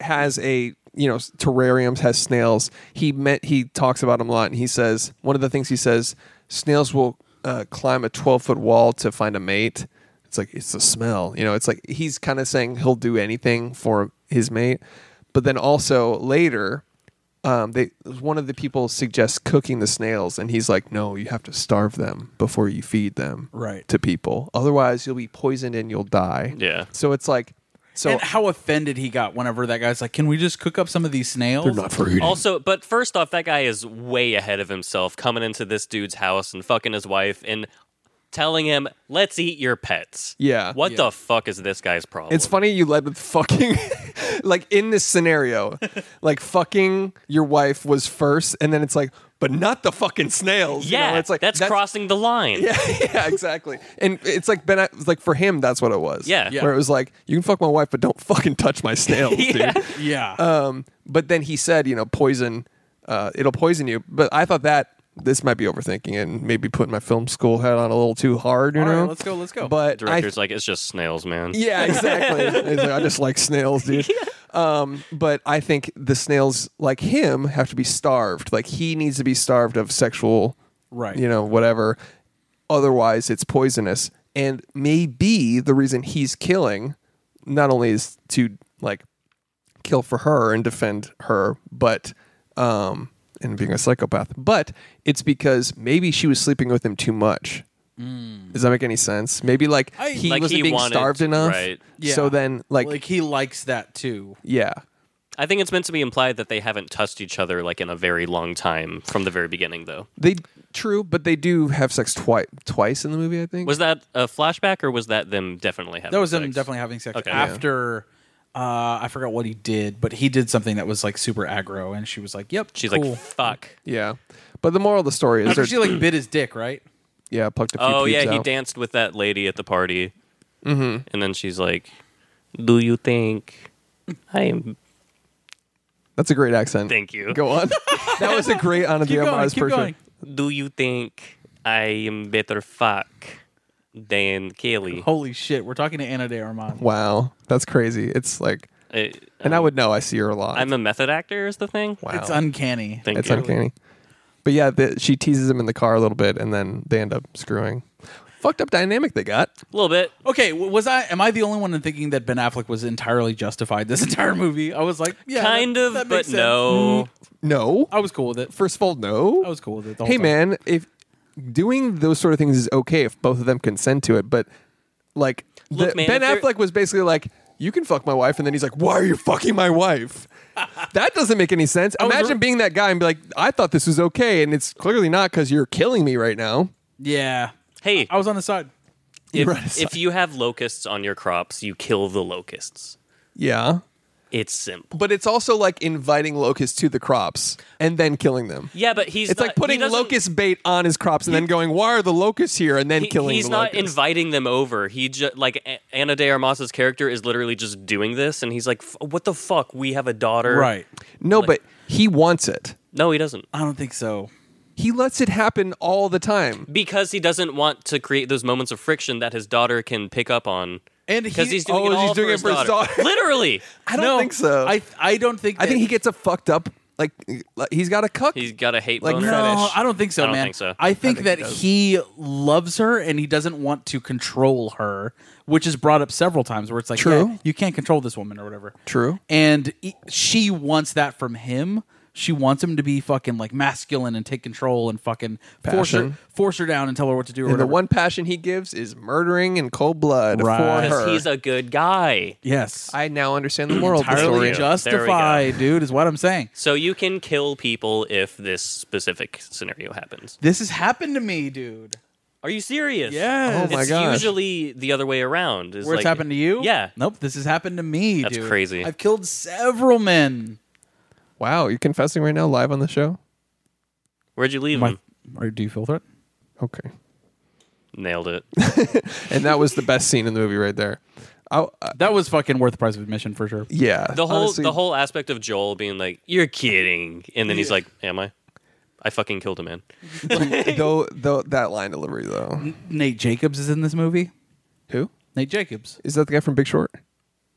has a you know terrariums has snails. He met he talks about them a lot, and he says one of the things he says snails will uh, climb a twelve foot wall to find a mate. It's like it's the smell, you know. It's like he's kind of saying he'll do anything for his mate, but then also later. Um, they one of the people suggests cooking the snails, and he's like, "No, you have to starve them before you feed them Right. to people. Otherwise, you'll be poisoned and you'll die." Yeah. So it's like, so and how offended he got whenever that guy's like, "Can we just cook up some of these snails?" for eating. Also, but first off, that guy is way ahead of himself coming into this dude's house and fucking his wife and telling him, let's eat your pets. Yeah. What the fuck is this guy's problem? It's funny you led with fucking, like in this scenario, like fucking your wife was first, and then it's like, but not the fucking snails. you know? Yeah. it's like that's, crossing the line. Yeah, yeah, exactly. And it's like Ben, it's like for him, that's what it was. Yeah. Yeah. where it was like, you can fuck my wife, but don't fucking touch my snails, dude. Yeah, Um, but then he said, you know, poison, uh, it'll poison you. But I thought that this might be overthinking it and maybe putting my film school hat on a little too hard. You All right, know, let's go, let's go. But I, Director's like, it's just snails, man. yeah, exactly. It's like, I just like snails, dude. Um, but I think the snails like him have to be starved. Like he needs to be starved of sexual, Right. You know, whatever. Otherwise, it's poisonous, and maybe the reason he's killing not only is to like kill for her and defend her, but um, and being a psychopath, but it's because maybe she was sleeping with him too much. Does that make any sense? Maybe like I- he Mm. Like, wasn't he being wanted- starved enough. right. Yeah. So then, like, like he likes that too. yeah, I think it's meant to be implied that they haven't touched each other like in a very long time from the very beginning, though. they true, but they do have sex twice twice in the movie. I think. Was that a flashback or was that them definitely having That was sex? him definitely having sex Okay. Yeah. after. Uh, I forgot what he did, but he did something that was like super aggro, and she was like, "Yep." She's cool." like, fuck. yeah, but the moral of the story is After they're, she like bit his dick, right? yeah, plucked a few. Oh, pubes yeah. He out. danced with that lady at the party. Mm-hmm. And then she's like, do you think I'm That's a great accent. Thank you. Go on. that was a great Ana de Keep going, Armas keep person. going. Do you think I am better fuck than Kelly? Holy shit! We're talking to Anna de Armand. Wow, that's crazy. It's like, I, and I would know. I see her a lot. Uh, I'm a method actor is the thing. wow, It's uncanny. Thank it's you. uncanny. But yeah, the, she teases him in the car a little bit, and then they end up screwing. Fucked up dynamic they got. A little bit. Okay, w- was I? Am I the only one in thinking that Ben Affleck was entirely justified this entire movie? I was like, yeah, kind that- of, that but makes sense. no. No, I was cool with it. first of all, no. I was cool with it. the whole hey time. man if doing those sort of things is okay if both of them consent to it but like Look, the- man, ben if they're- affleck was basically like you can fuck my wife and then he's like why are you fucking my wife That doesn't make any sense. was Imagine right. being that guy and be like, I thought this was okay, and it's clearly not because you're killing me right now. Yeah. Hey, I was on the side. if, right, it's if you have locusts on your crops, you kill the locusts. Yeah. It's simple. But it's also like inviting locusts to the crops and then killing them. Yeah, but he's It's not, like putting he doesn't- locust bait on his crops and then going, "Why are the locusts here?" and then he- killing. he's the not locusts. inviting them over. He just like A- Anna de Armas's character is literally just doing this, and he's like, "F- "What the fuck? We have a daughter." Right. no, but he wants it. No, he doesn't. I don't think so. He lets it happen all the time. because he doesn't want to create those moments of friction that his daughter can pick up on. And because he- he's doing oh, it all he's doing for it his for his daughter. daughter. Literally, I don't no, think so. I I don't think. I think that- he gets a fucked up like like, he's got a cuck. he's got a hate Like, boner. no. No, I don't think so, I don't man. think so. I think, I think that he does. he, loves her and he doesn't want to control her, which is brought up several times where it's like, True. yeah, you can't control this woman or whatever. True. And e- she wants that from him. She wants him to be fucking like masculine and take control and fucking force her, Passion. force her down and tell her what to do. Or and the whatever. one passion he gives is murdering in cold blood Right. for Because her. he's a good guy. yes, I now understand the moral of the entirely story. justified, dude, is what I'm saying. So you can kill people if this specific scenario happens. This has happened to me, dude. Are you serious? Yes. Oh my it's gosh. usually the other way around. Is Where like, it's happened to you? Yeah. Nope. This has happened to me. That's dude. crazy. I've killed several men. Wow, you're confessing right now live on the show. Where'd you leave My, him? or do you feel threat? Okay. Nailed it. And that was the best scene in the movie right there. I, I- That was fucking worth the price of admission for sure. yeah. The whole honestly, the whole aspect of Joel being like, "You're kidding," and then he's like, "Am I? I fucking killed a man." though, though that line delivery Mm-hmm. though. Nate Jacobs is in this movie. Who Nate Jacobs. Oh. is that? The guy from Big Short?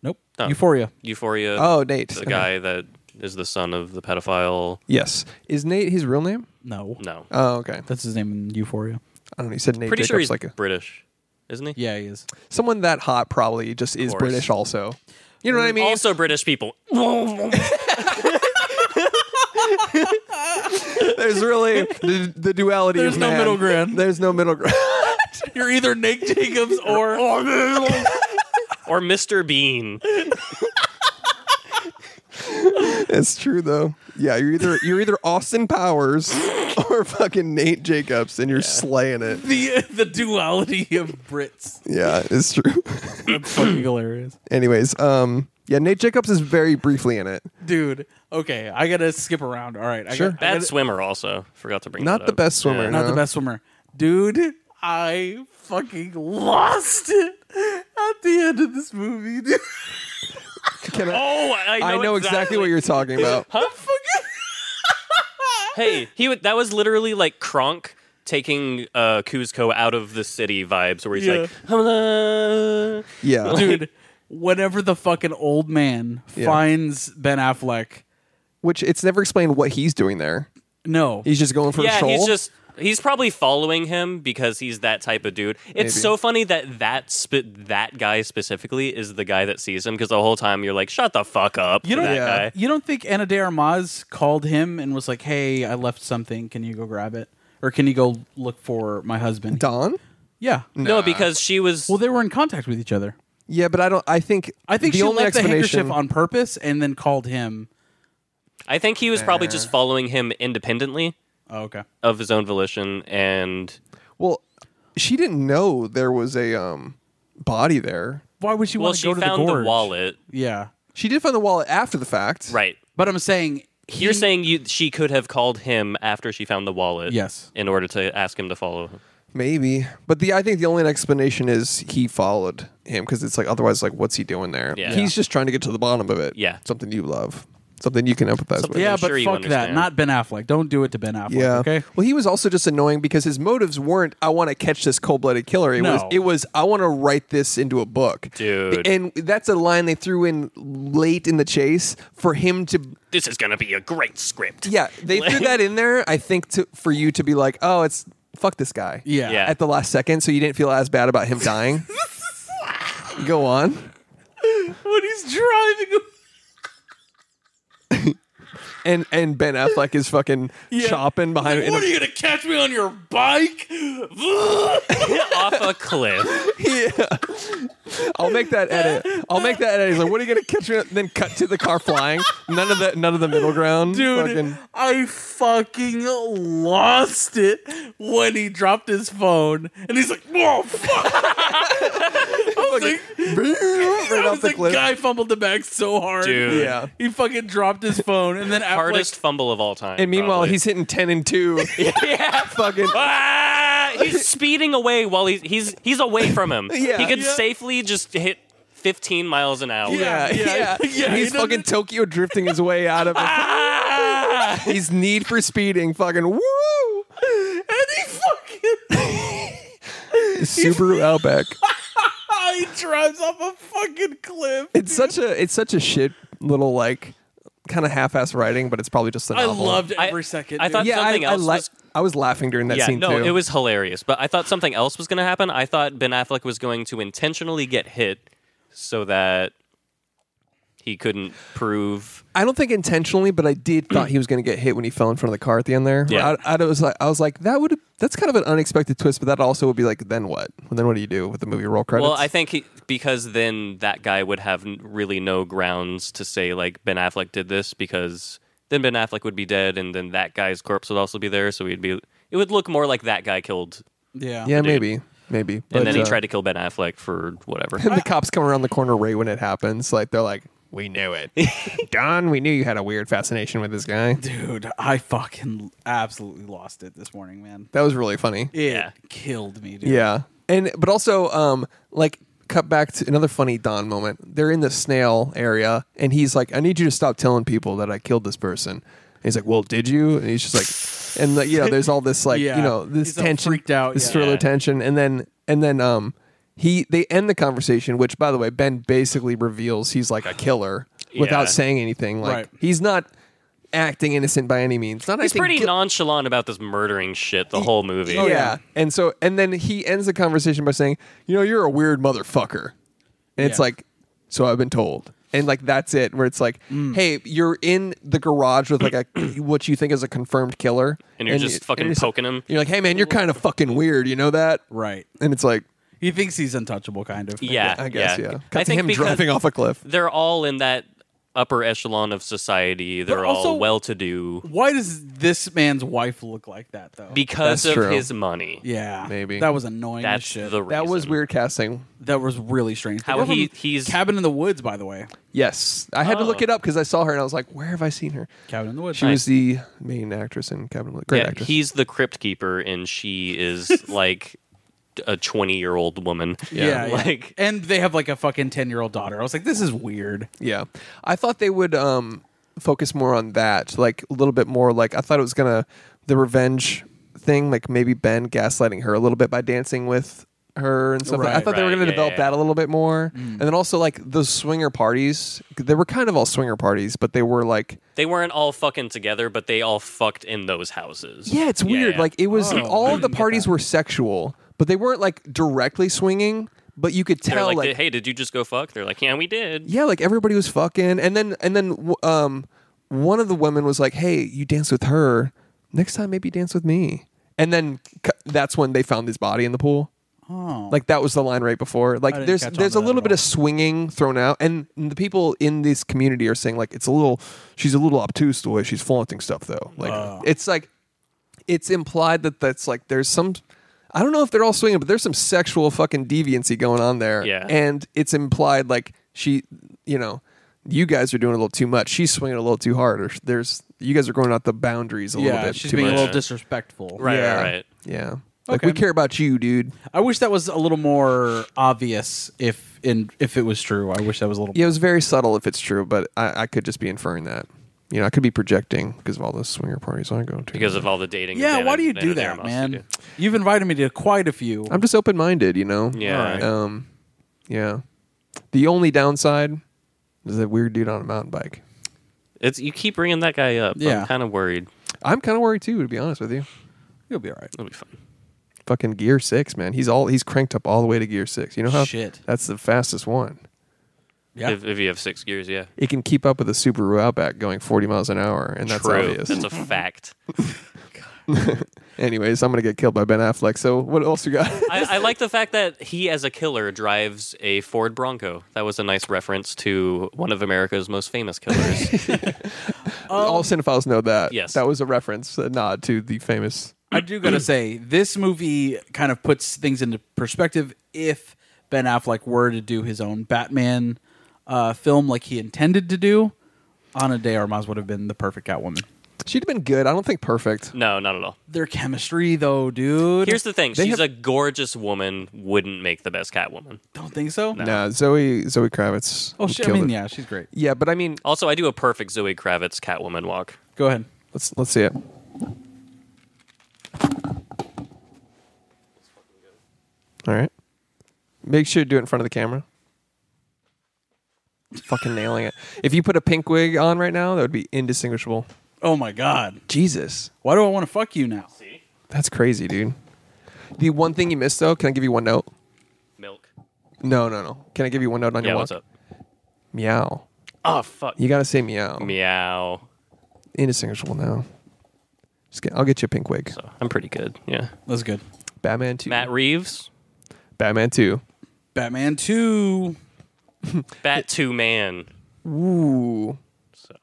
Nope. No. Euphoria. Euphoria. Oh, Nate. the Okay. guy that is the son of the pedophile. Yes. Is Nate his real name? No. No, Oh, okay. That's his name in Euphoria. I don't know. He said Nate pretty Jacobs sure he's like a, British, isn't he? Yeah, he is. someone that hot probably just is course. British also. You know what I mean? Also, British people. There's really the, the duality. There's of no man. middle ground. There's no middle ground. You're either Nate Jacobs or or Mr. Bean. it's true though. Yeah, you're either you're either Austin Powers or fucking Nate Jacobs, and you're slaying it. the the duality of Brits. Yeah, it's true. That's fucking hilarious. Anyways, um, yeah, Nate Jacobs is very briefly in it. Dude, okay, I gotta skip around. All right, I Sure. got- I Bad gotta- swimmer, also. Forgot to bring Not that the up. best swimmer. Yeah. not no. the best swimmer, dude. I fucking lost it at the end of this movie, dude. Can I, Oh, I know, I know exactly what you're talking about. Hey, he would, that was literally like Kronk taking uh, Kuzco out of the city vibes, where he's Yeah. like, uh," "Hello." Yeah, dude. Whenever the fucking old man Yeah. finds Ben Affleck, which it's never explained what he's doing there. no, He's just going for yeah, a troll. he's just. He's probably following him because he's that type of dude. It's Maybe. so funny that that sp- that guy specifically is the guy that sees him because the whole time you're like, "Shut the fuck up!" you to don't. that Yeah. guy. You don't think Anna de Armas called him and was like, "Hey, I left something. Can you go grab it, or can you go look for my husband?" Don. Yeah. No, because she was. Well, they were in contact with each other. Yeah, but I don't. I think I think the she only left the explanation handkerchief on purpose and then called him. I think he was probably just following him independently Oh, okay. of his own volition, and Well, she didn't know there was a um body there. Why would she well, want to she go to the found the, gorge? wallet, Yeah, She did find the wallet after the fact. right? but I'm saying he- You're saying you she could have called him after she found the wallet, Yes. in order to ask him to follow. him. Maybe. But the I think the only explanation is he followed him because it's like otherwise like what's he doing there? Yeah. He's just trying to get to the bottom of it. Yeah. Something you love. Something you can empathize with. Yeah, I'm but sure you fuck that. understand. Not Ben Affleck. Don't do it to Ben Affleck. Yeah. Okay. Well, he was also just annoying because his motives weren't "I want to catch this cold-blooded killer." It No. was it was "I want to write this into a book." Dude. And that's a line they threw in late in the chase for him to This is gonna be a great script. Yeah, they threw that in there. I think to, for you to be like, oh, it's fuck this guy. Yeah. Yeah. At the last second, so you didn't feel as bad about him dying. Go on. When he's driving, and and Ben Affleck is fucking chopping behind him. What are you gonna catch me on your bike? off a cliff. yeah. I'll make that edit. I'll make that edit. He's like, "What are you gonna catch?" me?" Then cut to the car flying. None of the none of the middle ground. Dude, Fucking- I fucking lost it when he dropped his phone and he's like, whoa, fuck. I was like, right I off was the like, cliff. guy fumbled the bag so hard. Dude. Yeah. He fucking dropped his phone and then Affleck- Hardest fumble of all time. And meanwhile, probably. he's hitting ten and two. yeah. fucking. Ah, he's speeding away while he's he's he's away from him. Yeah. he could Yeah. safely just hit 15 miles an hour. Yeah, Yeah, yeah, yeah, yeah, And he he's fucking doesn't- Tokyo drifting his way out of it. Ah! He's need for speeding. Fucking woo! and he fucking Subaru Outback. he drives off a fucking cliff. It's such a it's such a shit little like kind of half-ass writing, but it's probably just a I novel. loved I- every second. I dude. thought Yeah, I, something I, else li- was- I was laughing during that Yeah, scene no, too. it was hilarious. But I thought something else was going to happen. I thought Ben Affleck was going to intentionally get hit so that he couldn't prove. I don't think intentionally, but I did thought he was going to get hit when he fell in front of the car at the end there. Yeah. I, I was like, I was like, that would that's kind of an unexpected twist, but that also would be like, then what? Well, then what do you do with the movie roll credits? Well, I think he, because then that guy would have n- really no grounds to say like Ben Affleck did this because then Ben Affleck would be dead and then that guy's corpse would also be there, so he'd be. It would look more like that guy killed, yeah. yeah, maybe, maybe. and then he tried to kill Ben Affleck for whatever. And the cops come around the corner right when it happens. Like they're like, "We knew it, Don. We knew you had a weird fascination with this guy." Dude, I fucking absolutely lost it this morning, man. That was really funny. It Yeah. killed me, dude. Yeah, and but also, um, like cut back to another funny Don moment. They're in the snail area, and he's like, "I need you to stop telling people that I killed this person." And he's like, "Well, did you?" And he's just like, and like, you know, there's all this like, Yeah. you know, this He's all tension, freaked out, this yeah. thriller Yeah. tension, and then and then um, he they end the conversation, which by the way, Ben basically reveals he's like a killer without Yeah. saying anything. Like Right. he's not acting innocent by any means. Not He's acting pretty guil- nonchalant about this murdering shit the whole movie. Oh, yeah. And so and then he ends the conversation by saying, "You know, you're a weird motherfucker." And it's Yeah. like, "So I've been told." And like that's it where it's like, "Hey, you're in the garage with like a what you think is a confirmed killer." And you're just fucking poking him. You're like, "Hey man, you're kind of fucking weird, you know that?" Right. And it's like, He thinks he's untouchable, kind of. Yeah, I guess yeah. Cut I to think him because driving off a cliff. they're all in that upper echelon of society. They're also- all well-to-do Why does this man's wife look like that though? because That's of true. his money. yeah, Maybe. that was annoying. as that's shit. the reason. That was weird casting. that was really strange. How They were he- from he's- cabin in the woods, by the way. Yes. I had to look Oh. it up cuz I saw her and I was like, "Where have I seen her?" Cabin in the woods. She was the main actress in Cabin in the Woods. Great Yeah, actress. he's the crypt keeper, and she is like a twenty-year-old woman. yeah, yeah. like and they have like a fucking ten year old daughter. I was like, this is weird. Yeah. I thought they would um focus more on that, like a little bit more like I thought it was gonna the revenge thing, like maybe Ben gaslighting her a little bit by dancing with her and stuff. like- I Right, thought they were right, gonna yeah, develop yeah. that a little bit more. And then also like those swinger parties. They were kind of all swinger parties, but they were like they weren't all fucking together, but they all fucked in those houses. Yeah, it's weird. yeah. Like it was Oh, I all of the didn't get parties that. were sexual, but they weren't like directly swinging, but you could they're tell like, like "Hey, did you just go fuck?" They're like, "Yeah, we did." yeah, like everybody was fucking, and then and then w- um, one of the women was like, "Hey, you danced with her. Next time, maybe dance with me." And then cu- that's when they found his body in the pool. Oh, Like that was the line right before. Like didn't there's catch on there's to a that little at bit of all. swinging thrown out, and the people in this community are saying like it's a little she's a little obtuse the way she's flaunting stuff though. Like it's like it's implied that that's like there's some I don't know if they're all swinging, but there's some sexual fucking deviancy going on there. Yeah. and it's implied like she, you know, you guys are doing a little too much. She's swinging a little too hard, or sh- there's you guys are going out the boundaries a little yeah, bit. she's too being much. a little disrespectful. Right, yeah. right, right. Yeah. Like Okay. we care about you, dude. I wish that was a little more obvious. If in if it was true, I wish that was a little. Yeah, it was very subtle if it's true, but I, I could just be inferring that. You know, I could be projecting because of all those swinger parties I go to. Because of all the dating. Yeah, that why do you Anna do de that, Armas man? did. You've invited me to quite a few. I'm just open minded, you know. Yeah. Alright. Um, yeah. The only downside is that weird dude on a mountain bike. It's you keep bringing that guy up. Yeah. I'm kind of worried. I'm kind of worried too, to be honest with you. You'll be all right. It'll be fun. Fucking gear six, man. He's all he's cranked up all the way to gear six. You know how Shit. that's the fastest one. Yeah. If, if you have six gears, yeah. It can keep up with a Subaru Outback going 40 miles an hour, and that's True. obvious. That's a fact. Anyways, I'm gonna get killed by Ben Affleck. So what else you got? I, I like the fact that he, as a killer, drives a Ford Bronco. That was a nice reference to one of America's most famous killers. Um, All cinephiles know that. Yes. that was a reference, a nod to the famous. I do gotta say, this movie kind of puts things into perspective. If Ben Affleck were to do his own Batman uh, film like he intended to do, Ana de Armas would have been the perfect Catwoman. She'd have been good. I don't think perfect. no, not at all. Their chemistry, though, dude. Here's the thing: They she's have- a gorgeous woman. Wouldn't make the best Catwoman. don't think so. No. Nah, Zoe Zoe Kravitz. Oh shit! I killed mean, it. yeah, she's great. Yeah, but I mean, Also, I do a perfect Zoe Kravitz Catwoman walk. Go ahead. let's let's see it. All right. Make sure to do it in front of the camera. Fucking nailing it. If you put a pink wig on right now, that would be indistinguishable. Oh my god, Jesus. why do I want to fuck you now? That's crazy, dude. The one thing you missed, though, can I give you one note? Milk. No, no, no. Can I give you one note on Yeah, your walk? what's up? Meow. Oh fuck. You gotta say meow. Meow. Indistinguishable now. Just get, I'll get you a pink wig. So I'm pretty good. Yeah. That's good. Batman two. Matt Reeves. Batman two. Batman Two. Bat Two Man. Ooh. So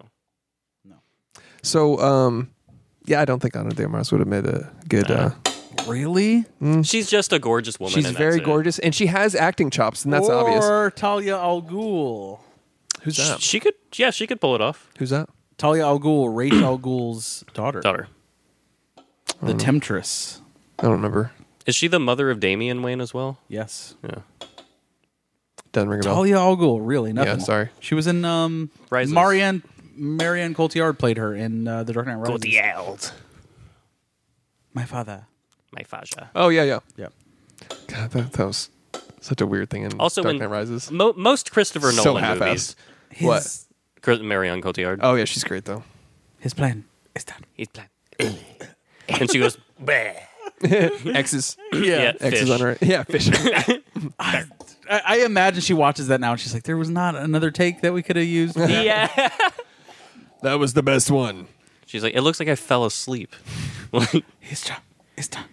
So, um, yeah, I don't think Ana de Armas would have made a good. Uh, Really? she's just a gorgeous woman. she's and very that's it. gorgeous, and she has acting chops, and that's or obvious. Talia al Ghul. Who's Sh- that? She could. Yeah, she could pull it off. Who's that? Talia al Ghul, Rachel al Ghul's daughter, Daughter. Mm-hmm. the temptress. I don't remember. Is she the mother of Damian Wayne as well? Yes. Yeah. Doesn't ring a bell. Talia al Ghul, really? Nothing. Yeah, sorry. She was in um, Rises. Marianne Marianne Cotillard played her in uh, The Dark Knight Rises. Cotillard. My father. My faja. Oh yeah, yeah. Yeah. God, that, that was such a weird thing in Also Dark in Knight Rises. Mo- most Christopher So Nolan half-assed. movies. His, What? Chris- Marion Cotillard. Oh yeah, she's great though. His plan is done. He's black. and she goes, bleh. X's. Yeah, X fish. is on her. Yeah, fish. I, I imagine she watches that now and she's like, there was not another take that we could have used. Yeah. that was the best one. She's like, it looks like I fell asleep. His job is done.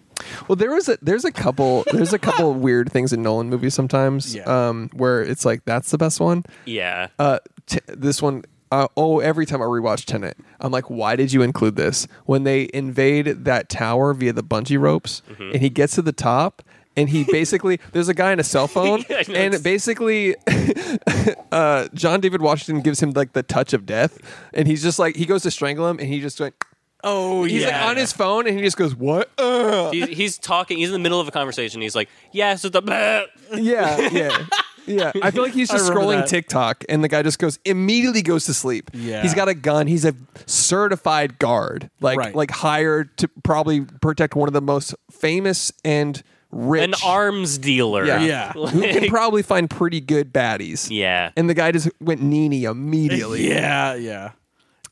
Well, there was a there's a couple there's a couple of weird things in Nolan movies sometimes. Yeah. Um, where it's like that's the best one. yeah. Uh, t- this one. Uh, oh, every time I rewatch Tenet, I'm like, why did you include this? When they invade that tower via the bungee ropes, Mm-hmm. and he gets to the top, and he basically there's a guy in a cell phone, Yeah, I know, and it's- basically uh, John David Washington gives him like the touch of death, and he's just like he goes to strangle him, and he just went. Oh, He's yeah. like on his phone, and he just goes, "What?" Uh. he's, he's talking. He's in the middle of a conversation. He's like, yeah, so the bleh. Yeah, yeah. Yeah, I feel like he's just remember scrolling that. TikTok, and the guy just goes immediately goes to sleep. Yeah. he's got a gun. He's a certified guard, like Right. like hired to probably protect one of the most famous and rich an arms dealer. Yeah. Yeah. who can probably find pretty good baddies. Yeah. and the guy just went Nini immediately. Yeah, yeah.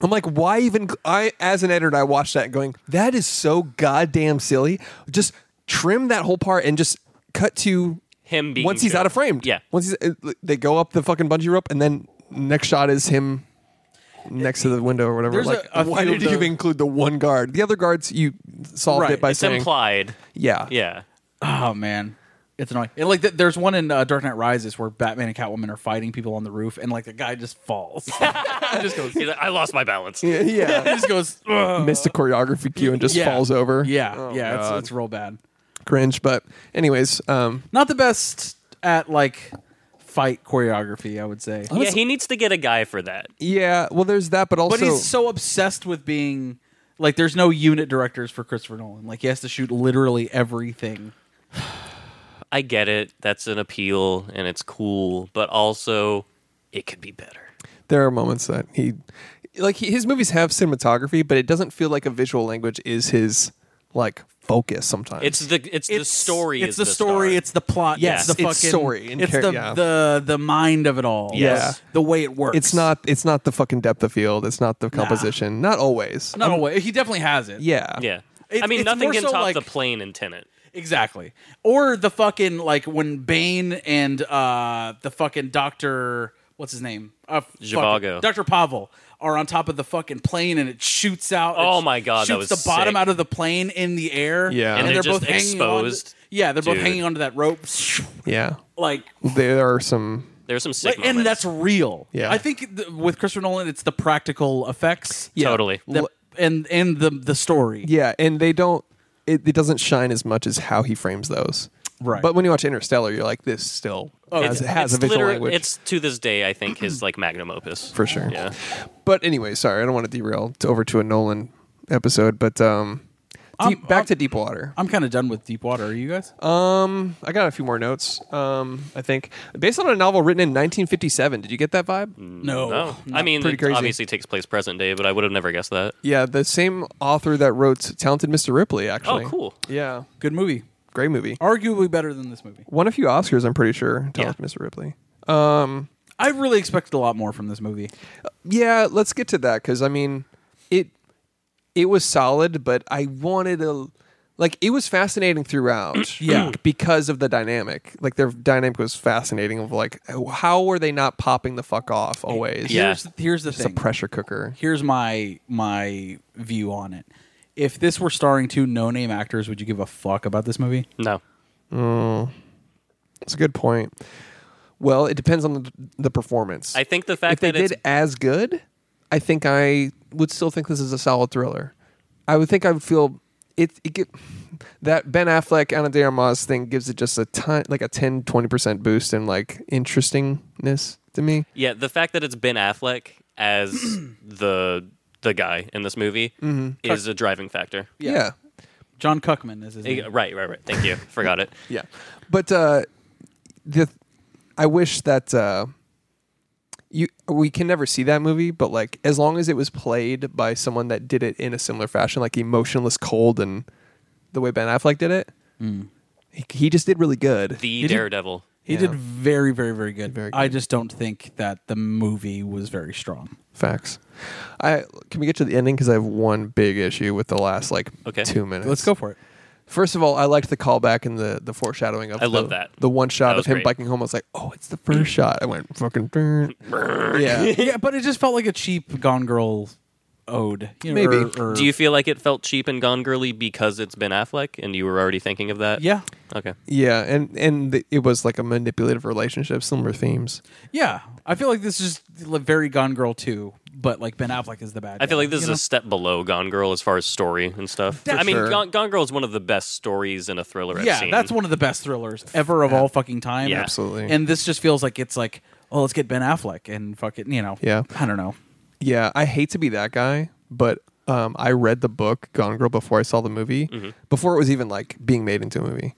I'm like, why even? I as an editor, I watched that going, that is so goddamn silly. Just trim that whole part and just cut to Him being once he's Joe. out of frame. Yeah. Once he's, uh, they go up the fucking bungee rope, and then next shot is him next to the window or whatever. There's Like, a- a why few did of you the- include the one guard? The other guards, you solved Right. it by It's saying, implied. yeah, Yeah. Oh man, it's annoying. And like, th- there's one in uh, Dark Knight Rises where Batman and Catwoman are fighting people on the roof, and like the guy just falls. he just goes. He He's like, I lost my balance. yeah, yeah. just goes. "Ugh." Missed a choreography cue and just Yeah. falls over. Yeah, Oh, yeah. It's, God. it's real bad. cringe. But anyways, um, Not the best at like fight choreography, I would say. Yeah, he needs to get a guy for that. yeah. Well, there's that, but also But he's so obsessed with being like, there's no unit directors for Christopher Nolan. Like, he has to shoot literally everything. I get it. That's an appeal and it's cool, but also it could be better. there are moments that he like he, his movies have cinematography but it doesn't feel like a visual language is his like focus sometimes It's the it's, the story. It's is the, story. star. It's the plot. Yes, it's the it's fucking story and It's char- the, yeah. the the mind of it all. Yes. Yeah. the way it works. it's not it's not the fucking depth of field it's not the composition not always Not always. He definitely has it. yeah yeah. It's- I mean, it's nothing more can so top like- the plane in Tenet. Exactly. Or the fucking like when Bane and uh the fucking Doctor what's his name? Uh, fuck, Zhivago. Dr. Pavel are on top of the fucking plane and it shoots out. Oh it sh- my God, Shoots that was the bottom sick. out of the plane in the air. Yeah. And and, they're they're, just both hanging on- exposed. yeah, they're both Dude. hanging onto that rope. Yeah. Like There are some. There's some sick Like, and moments. that's real. Yeah. I think th- with Christopher Nolan, it's the practical effects. Yeah. Totally. The- and and the the story. Yeah, and they don't. It, it doesn't shine as much as how he frames those. Right. But when you watch Interstellar, you're like, this still has, Oh, it's, has a it's visual literally- language. It's to this day, I think, his like magnum opus. for sure. Yeah. But anyway, sorry, I don't want to derail to over to a Nolan episode, but um, deep, I'm- back I'm- to uh, Deepwater. I'm kind of done with Deep Water. Are you guys? Um, I got a few more notes. Um, I think based on a novel written in 1957. Did you get that vibe? no. Mm, No. I mean, pretty it crazy. obviously takes place present day, but I would have never guessed that. Yeah, the same author that wrote Talented Mr. Ripley. Actually. Oh, cool. Yeah, Good movie. great movie. Arguably better than this movie. Won a few Oscars, I'm pretty sure. Talented Mr. Ripley. I really expected a lot more from this movie. Yeah, let's get to that because I mean, it it was solid, but I wanted a like it was fascinating throughout. Yeah. because of the dynamic, like their dynamic was fascinating. Of like, how were they not popping the fuck off always? Yeah. Here's, here's the it's a thing. pressure cooker. here's my my view on it. If this were starring two no name actors, would you give a fuck about this movie? No. It's a good point. Well, it depends on the, the performance. I think the fact if they that it's- did as good, I think I would still think this is a solid thriller. I would think I would feel it. it get, that Ben Affleck Anna De Armas thing gives it just a ton, like a 10, 20 percent boost in like interestingness to me. Yeah, the fact that it's Ben Affleck as the the guy in this movie Mm-hmm. is a driving factor. Yeah, John Cuckman is his Eh, name. Right, right, right. Thank you. Forgot it. yeah. But uh, the I wish that uh, you we can never see that movie, but like as long as it was played by someone that did it in a similar fashion, like emotionless, cold, and the way Ben Affleck did it, he, he just did really good. Mm. The Did you- Daredevil. He Yeah. did very, very, very good. Very I good. just don't think that the movie was very strong. Facts. I can we get to the ending because I have one big issue with the last like Okay. two minutes. Let's go for it. First of all, I liked the callback and the the foreshadowing of. I love the- that. the one shot That of was him great. biking home. I was like, oh, it's the first shot. I went fucking. "Brr." yeah. yeah, but it just felt like a cheap Gone Girl ode. you know, Maybe. or- or- Do you feel like it felt cheap and gone girly because it's Ben Affleck and you were already thinking of that? Yeah, Okay. Yeah, and and the, it was like a manipulative relationship, similar themes. yeah. I feel like this is like very Gone Girl too, but like Ben Affleck is the bad. I feel guy, like this you is know? a step below Gone Girl as far as story and stuff. I mean, sure. Gone, Gone Girl is one of the best stories in a thriller I've yeah. seen. That's one of the best thrillers ever of all fucking time. Yeah. Absolutely. And this just feels like it's like, oh, let's get Ben Affleck and fuck it, you know. Yeah. I don't know. Yeah, I hate to be that guy, but um, I read the book Gone Girl before I saw the movie, Mm-hmm. before it was even like being made into a movie.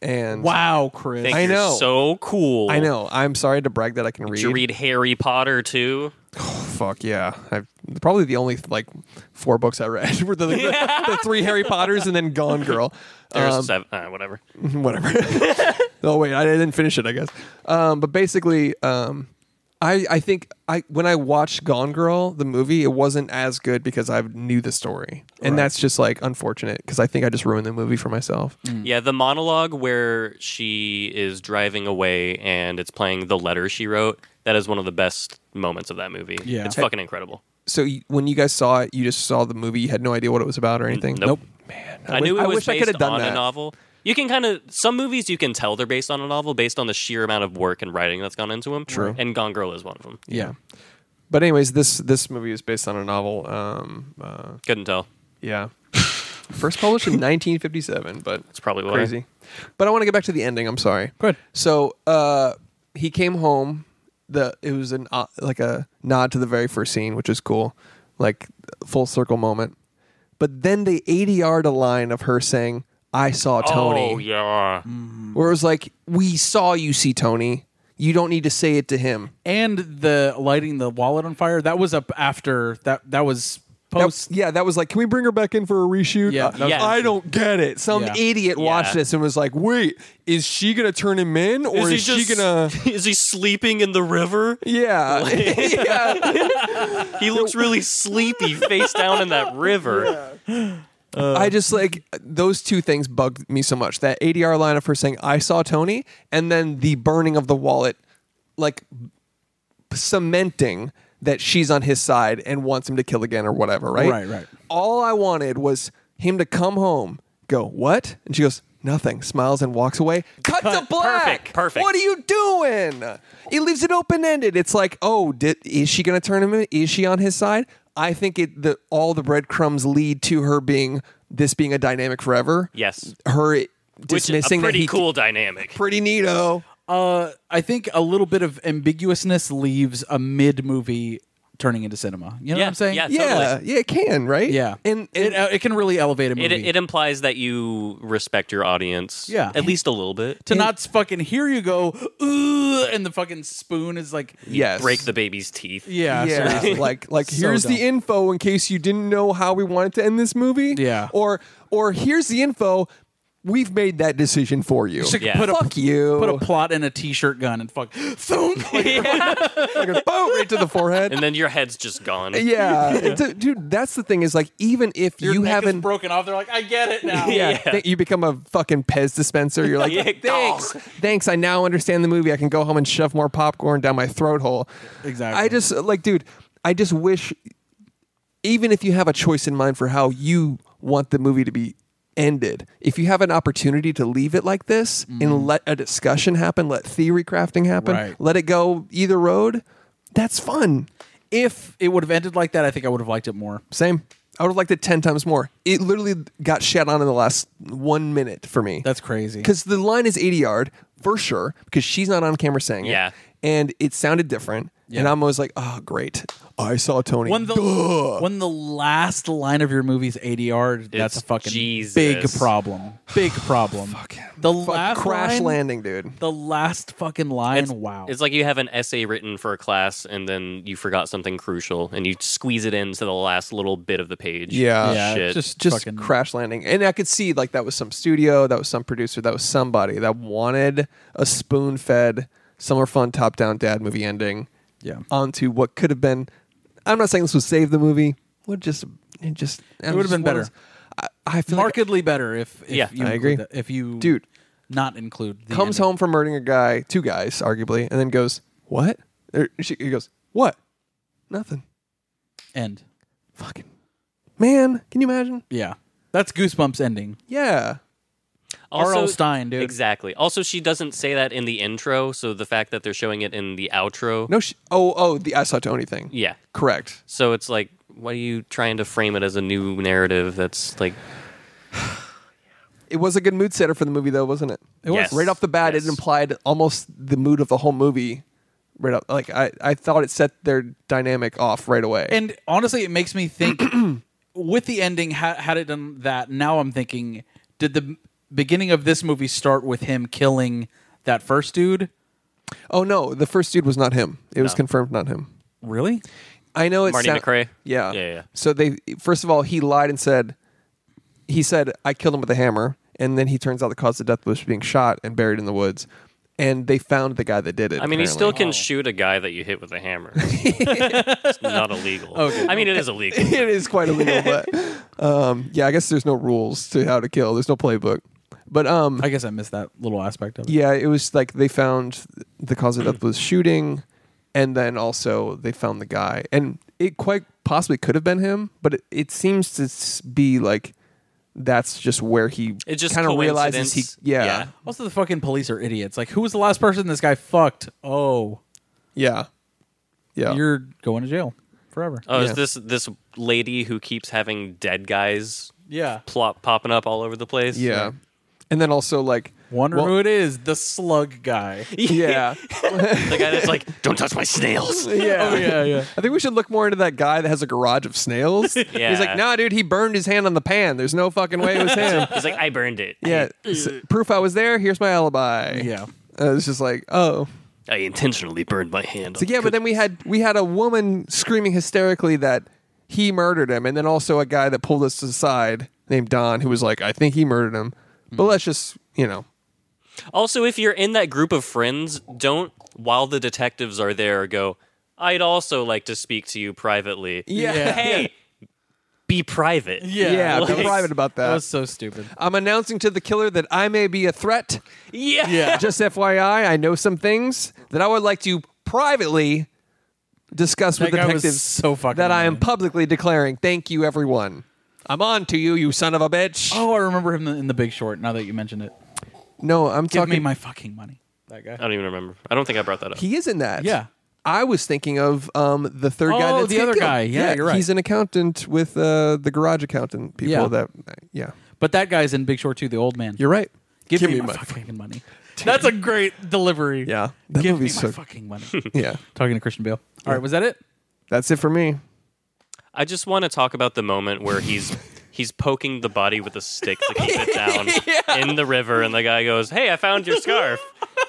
And Wow, Chris. Think I you're know. So cool. I know. I'm sorry to brag that I can read. Did you read Harry Potter too? Fuck yeah! I've, probably the only like four books I read were the, the, the three Harry Potters and then Gone Girl. There's Um, seven, uh, whatever. whatever. oh wait, I didn't finish it, I guess. Um, but basically, um, I I think I when I watched Gone Girl the movie, it wasn't as good because I knew the story, and that's just like unfortunate because I think I just ruined the movie for myself. mm. Yeah, the monologue where she is driving away and it's playing the letter she wrote. That is one of the best moments of that movie. Yeah. It's fucking incredible. So y- when you guys saw it, you just saw the movie, you had no idea what it was about or anything. Nope. Man, I, knew wi- it I was wish I based could have done on that. a novel. You can kind of some movies you can tell they're based on a novel based on the sheer amount of work and writing that's gone into them. True. And Gone Girl is one of them. Yeah. But anyways, this this movie is based on a novel. Um, uh, Couldn't tell. yeah. First published in 1957, but That's probably why. crazy. But I want to get back to the ending. I'm sorry. Good. So uh, he came home. The it was an uh, like a nod to the very first scene, which is cool, like full circle moment. But then they 80 yard a line of her saying, "I saw Tony," Oh yeah. where it was like, "We saw you see Tony. You don't need to say it to him." and the lighting the wallet on fire that was up after that that was That- post yeah, that was like, can we bring her back in for a reshoot? Yeah, Uh, that was- Yeah. I don't get it. Some Yeah. idiot Yeah. watched this and was like, wait, is she gonna turn him in, or is, she gonna? Is he sleeping in the river? Yeah, yeah. He looks really sleepy, face down in that river. I just like those two things bugged me so much. That ADR line of her saying, "I saw Tony," and then the burning of the wallet, like cementing that she's on his side and wants him to kill again or whatever, right? Right, right. All I wanted was him to come home, go, what? And she goes, nothing, smiles and walks away. Cut, to Cut. black. Perfect, perfect. What are you doing? It leaves it open ended. It's like, oh, did, is she going to turn him in? Is she on his side? I think it the all the breadcrumbs lead to her being this being a dynamic forever. Yes. her Which is dismissing a that pretty he cool dynamic. pretty neato. Uh, I think a little bit of ambiguousness leaves a mid movie turning into cinema. You know what Yeah, I'm saying? yeah. Yeah, Totally. yeah, it can right. Yeah. and, it, and uh, it can really elevate a It, movie. it implies that you respect your audience, Yeah. at least a little bit. to not fucking hear you go, ooh, and the fucking spoon is like, yes, break the baby's teeth. yeah, yeah, seriously. like like So here's dumb. the info in case you didn't know how we wanted to end this movie. Yeah. or or here's the info. We've made that decision for you. Just Yeah. put a, Fuck you. Put a plot in a t-shirt gun and fuck, thunk. Like a boom right to the forehead. And then your head's just gone. yeah, It's- dude, that's the thing is like even if Your you neck is haven't broken off. They're like, I get it now. yeah, th- you become a fucking Pez dispenser. You're like, Yeah, thanks, thanks. I now understand the movie. I can go home and shove more popcorn down my throat hole. Exactly. I just like, dude. I just wish, even if you have a choice in mind for how you want the movie to be ended, if you have an opportunity to leave it like this and let a discussion happen, let theory crafting happen, Mm-hmm. Right. let it go either road. That's fun. If it would have ended like that, I think I would have liked it more. Same. I would have liked it ten times more. It literally got shat on in the last one minute for me. That's crazy. because the line is 80 yard for sure because she's not on camera saying Yeah. it and it sounded different and i'm always like oh great i saw tony when the when the last line of your movie's ADR, that's a It's fucking Jesus. big problem. Big problem. the Fuck, last crash line, landing dude The last fucking line. wow. It's like you have an essay written for a class and then you forgot something crucial and you squeeze it into the last little bit of the page. Yeah. yeah, Shit. just just fucking crash landing and i could see like that was some studio that was some producer that was somebody that wanted a spoon fed summer fun top down dad movie ending Yeah. onto what could have been i'm not saying this would save the movie would just it just it would have been better. I, I feel like markedly better if, if Yeah, you I include agree. that- if you Dude. not include the comes ending. home from murdering a guy, two guys, arguably, and then goes, "What?" Or she he goes, "What?" Nothing. end. Fucking man, can you imagine? Yeah, that's Goosebumps ending. Yeah, R.L. Stine, dude. Exactly. Also, she doesn't say that in the intro, so the fact that they're showing it in the outro. no. Sh- oh, oh, the I saw Tony thing. Yeah. Correct. So it's like, why are you trying to frame it as a new narrative that's like. It was a good mood setter for the movie, though, wasn't it? It was. Yes. Right off the bat, Yes. it implied almost the mood of the whole movie. Right up, like I, I thought it set their dynamic off right away. And honestly, it makes me think with the ending. Had, had it done that, now I'm thinking: Did the beginning of this movie start with him killing that first dude? oh no, the first dude was not him. It was No. confirmed not him. Really? I know it's Marty McRae? Yeah. Yeah, yeah. So they first of all he lied and said he said I killed him with a hammer and then he turns out the cause of death was being shot and buried in the woods and they found the guy that did it. I mean, he still apparently. can shoot a guy that you hit with a hammer. it's not illegal. Oh, I mean, it is illegal. it is quite illegal but um yeah, I guess there's no rules to how to kill. There's no playbook. But um I guess I missed that little aspect of it. yeah, it was like they found the cause of death was shooting and then also they found the guy and it quite possibly could have been him, but it, it seems to s- be like that's just where he It's just kind of realizes he coincidence. yeah. Yeah. Also, the fucking police are idiots. Like, who was the last person this guy fucked? Oh, Yeah. Yeah. Uh, you're going to jail forever. Oh, Yeah. is this this lady who keeps having dead guys yeah. plop popping up all over the place? yeah. And then also like Wonder well, who it is. The slug guy. Yeah. the guy that's like, "Don't touch my snails." yeah. Oh yeah, yeah. I think we should look more into that guy that has a garage of snails. He's Yeah. like, nah, dude, he burned his hand on the pan. There's no fucking way it was him. He's like, "I burned it. yeah. S- proof I was there. Here's my alibi. Yeah. Uh, it's just like, oh. I intentionally burned my hand." So yeah, but then we had we had a woman screaming hysterically that he murdered him, and then also a guy that pulled us aside named Don who was like, I think he murdered him. But let's just, you know, also, if you're in that group of friends, don't while the detectives are there go, "I'd also like to speak to you privately." Yeah. Yeah. Hey, be private. yeah, that be was- private about That that. was so stupid. I'm announcing to the killer that I may be a threat. Yeah. Yeah. Just FYI, I know some things that I would like to privately discuss with That guy was detectives so fucking that I am annoying. publicly declaring, thank you, everyone. I'm on to you, you son of a bitch. Oh, I remember him in The Big Short. Now that you mentioned it, No, I'm give talking. me my fucking money. That guy. I don't even remember. I don't think I brought that up. he is in that. Yeah. I was thinking of um, the third guy. Oh, that's the getting other killed. guy. Yeah, you're right. He's an accountant with uh, the garage accountant people. Yeah. That yeah, But that guy's in Big Short too. The old man. you're right. give, me, my, fucking money. That's a great delivery. Yeah, that give me my movie's so. fucking money. Yeah, Talking to Christian Bale. All right, was that it? that's it for me. I just want to talk about the moment where he's he's poking the body with a stick to keep it down in the river, and the guy goes, "Hey, I found your scarf."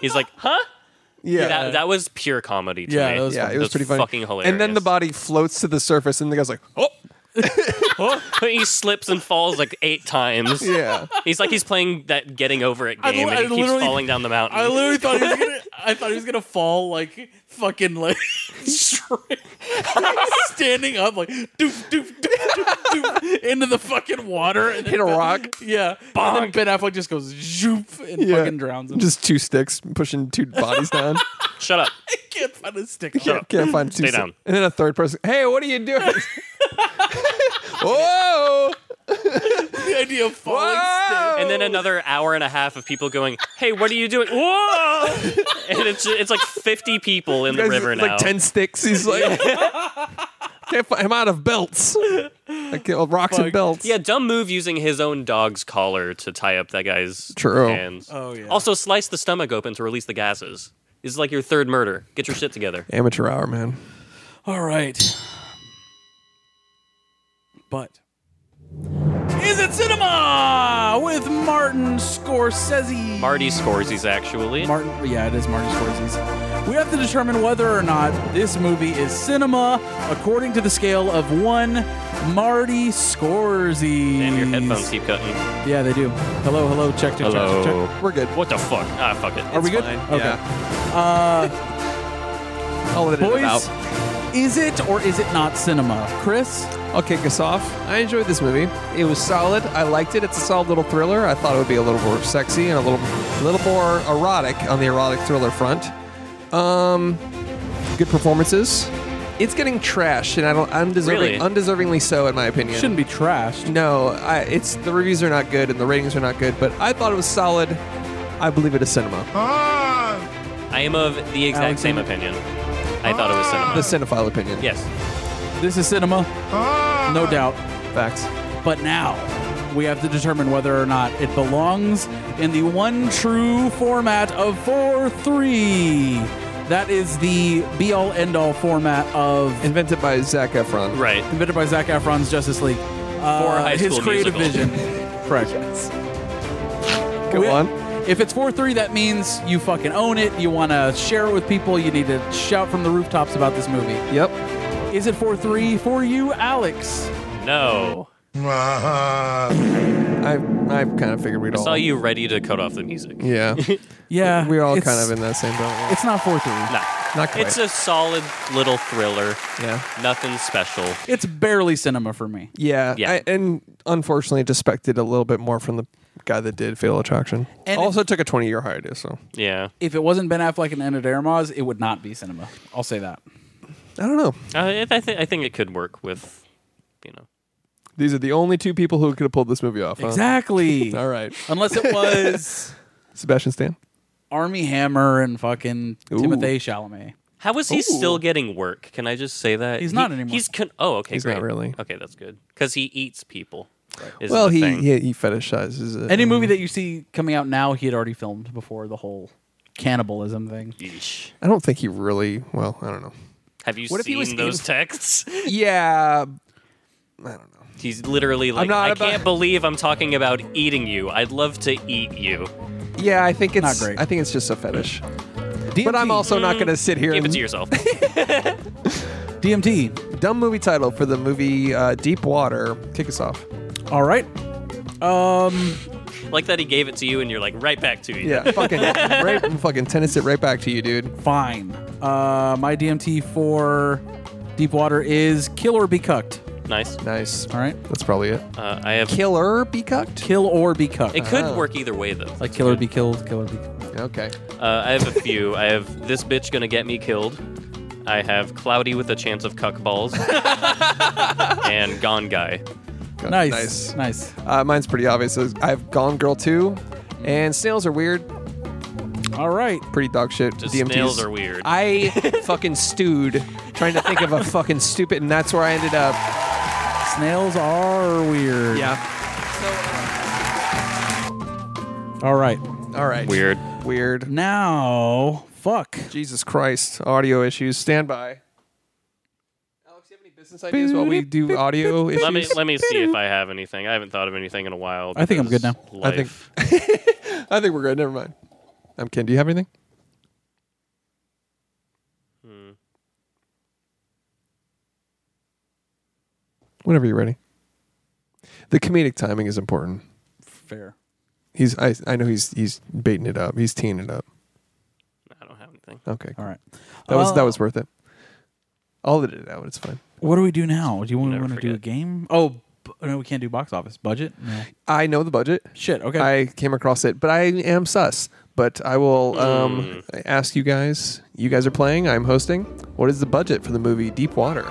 He's like, "Huh?" Yeah, That, that was pure comedy to Yeah, me. that was yeah, funny. it was That's pretty funny. Fucking hilarious. And then the body floats to the surface, and the guy's like, "Oh, Oh, he slips and falls like eight times. yeah." He's like he's playing that getting over it I game, li- and I he keeps literally- falling down the mountain. I literally thought he was gonna. I thought he was gonna fall like fucking like straight, standing up like doof doof doof doof, doof into the fucking water and Hit a then- rock. Yeah, and then Ben Affleck just goes zoop and Yeah. fucking drowns him. Just two sticks pushing two bodies down. Shut up. I can't find a stick. can't, can't find two. Stay sti- down. And then a third person. Hey, what are you doing? Whoa! Oh! the idea of falling Whoa! stick. And then another hour and a half of people going, "Hey, what are you doing?" Whoa! And it's it's like fifty people in the Guys, river it's now. Like ten sticks. He's like, can't find, I'm out of belts. I can't, oh, rocks and Fuck. belts. Yeah, dumb move using his own dog's collar to tie up that guy's True. hands. Oh, yeah. Also, slice the stomach open to release the gases. This is like your third murder. Get your shit together. Amateur hour, man. All right. But is it cinema with Martin Scorsese? Marty scores. He's actually. Martin, yeah, it is Martin Scorsese. We have to determine whether or not this movie is cinema according to the scale of one Marty Scorsese. Damn, your headphones keep cutting. Yeah, they do. Hello, hello, check, check, check, check, check. We're good. What the fuck? Ah, fuck it. Are we good? Fine. Okay. Yeah. Uh, I'll let it boys, out. is it or is it not cinema? Chris? I'll kick us off. I enjoyed this movie. It was solid. I liked it. It's a solid little thriller. I thought it would be a little more sexy and a little, little more erotic on the erotic thriller front. Um, good performances. It's getting trashed, and I don't undeserving, Really? undeservingly so, in my opinion. Shouldn't be trashed. No, I, it's the reviews are not good and the ratings are not good, but I thought it was solid. I believe it is cinema. I am of the exact same opinion. I thought it was cinema. The cinephile opinion. yes. This is cinema, no doubt. Facts. But now we have to determine whether or not it belongs in the one true format of 4 3. That is the be all end all format of Invented by Zach Efron. Right. invented by Zach Efron's Justice League. Uh, High his School creative Musical. vision. Correct. Go We- on. If it's 4 3, that means you fucking own it. You want to share it with people. You need to shout from the rooftops about this movie. Yep. Is it 4 3 for you, Alex? No. I I kind of figured we'd all. Saw you ready to cut off the music. Yeah. Yeah. We're all it's- kind of in that same boat. It's not 4 3. No. Not quite. It's a solid little thriller. yeah. Nothing special. It's barely cinema for me. Yeah. Yeah. I, and unfortunately, just expected a little bit more from the guy that did Fatal Attraction. And also took a 20 year hiatus, so. Yeah. If it wasn't Ben Affleck and Anna de Armas, it would not be cinema. I'll say that. I don't know. Uh, it, I, th- I think it could work with, you know. These are the only two people who could have pulled this movie off. huh? Exactly. All right. Unless it was Sebastian Stan. Army Hammer and fucking Ooh. Timothée Chalamet. How is he Ooh. still getting work? Can I just say that He's He- not anymore. He's con- oh okay. He's great. not really. Okay, that's good because he eats people. is Well, the he, thing. he he fetishizes it. Any movie that you see coming out now, he had already filmed before the whole cannibalism thing. Yeesh. I don't think he really. Well, I don't know. Have you What if he seen was those in- texts? Yeah, He's literally like, not I about- can't believe I'm talking about eating you. I'd love to eat you. yeah. I think it's. Not great. I think it's just a fetish. DMT, But I'm also not going Mm. to sit here. Give it and- to yourself. DMT. Dumb movie title for the movie uh, Deep Water. Kick us off. All right. Um, like that he gave it to you and you're like right back to you. Yeah, fucking right, fucking tennis it right back to you, dude. fine. Uh, my DMT for Deepwater is kill or be cucked. Nice. Nice. All right. That's probably it. Uh, I have. Killer be cucked. Kill or be cucked. It Uh-huh. could work either way though. like kill or be killed, kill or be Okay. Uh, I have a few. I have this bitch gonna get me killed. I have Cloudy with a Chance of Cuckballs and Gone Guy. God, Nice. Nice. Uh, mine's pretty obvious. I have Gone Girl 2, and Snails Are Weird. All right. Pretty dog shit. Just DMTs. snails are weird. I fucking stewed trying to think of a fucking stupid, and that's where I ended up. Snails are weird. Yeah. All right. All right. weird. Weird. Now, fuck. Jesus Christ. Audio issues. Stand by. Alex, you have any business ideas while we do audio issues? Let me let me see if I have anything. I haven't thought of anything in a while. I think I'm good because I think- life. I think we're good. Never mind. I'm Ken. Do you have anything? Hmm. Whenever you're ready. The comedic timing is important. Fair. He's I I know he's he's baiting it up. He's teeing it up. I don't have anything. Okay. All right. That was that Uh, was worth it. I'll edit it out. It's fine. What do we do now? Do you want Never to do a forget. game? Oh, bu- no, we can't do box office budget. No. I know the budget. Shit. Okay. I came across it, but I am sus. But I Hmm. will um, ask you guys. You guys are playing. I'm hosting. What is the budget for the movie Deep Water?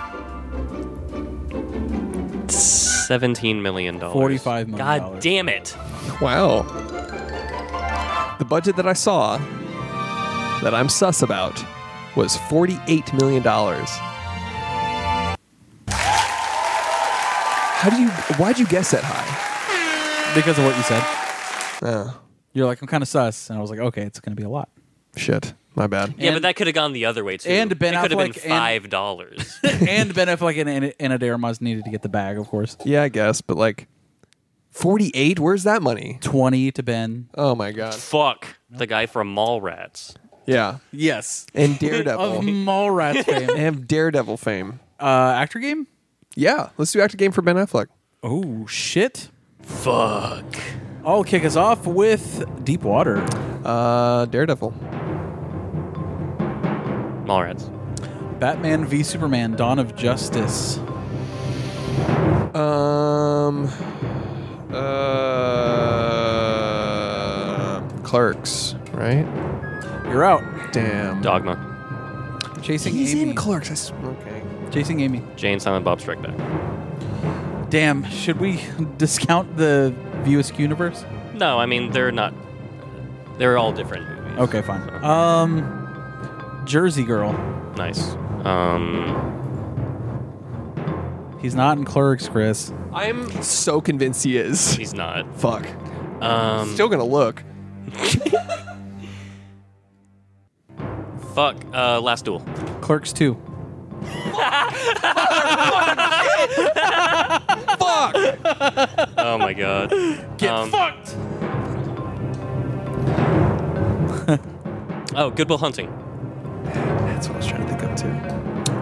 Seventeen million dollars. $45 million. God damn it! Wow. The budget that I saw that I'm sus about was $48 million. How do you, why'd you guess that high? because of what you said. Oh, You're like, I'm kind of sus, and I was like, okay, it's going to be a lot. shit. My bad. yeah, And- but that could have gone the other way too. and Ben it could have been Affleck and- five dollars. and Ben Affleck and Anna, Anna De Armas needed to get the bag, of course. Yeah, I guess, but like 48? Where's that money? Twenty to Ben. Oh my God. Fuck the guy from Mallrats. Yeah. Yes. Oh. And Of Daredevil. Mallrats I fame. have Daredevil fame. uh, actor game. Yeah. Let's do actor game for Ben Affleck. Oh shit! Fuck. I'll kick us off with Deep Water. Uh, Daredevil. Mallrats. Batman v Superman: Dawn of Justice. Um. Uh. Clerks, right? You're out. Damn. Dogma. Chasing He's Amy. in Clerks. I s- okay. Chasing Amy. Jane Silent Bob Strike Back. Damn. Should we discount the VSQ universe? No, I mean they're not. They're all different movies. Okay, fine. Um, Jersey Girl. Nice. Um, He's not in Clerks, Chris. I'm so convinced he is. he's not. Fuck. Um, Still gonna look. fuck. Uh, Last Duel. Clerks two. Fuck. Oh my god. Um, Get fucked. Oh, Goodwill Hunting. That's what I was trying to think of too.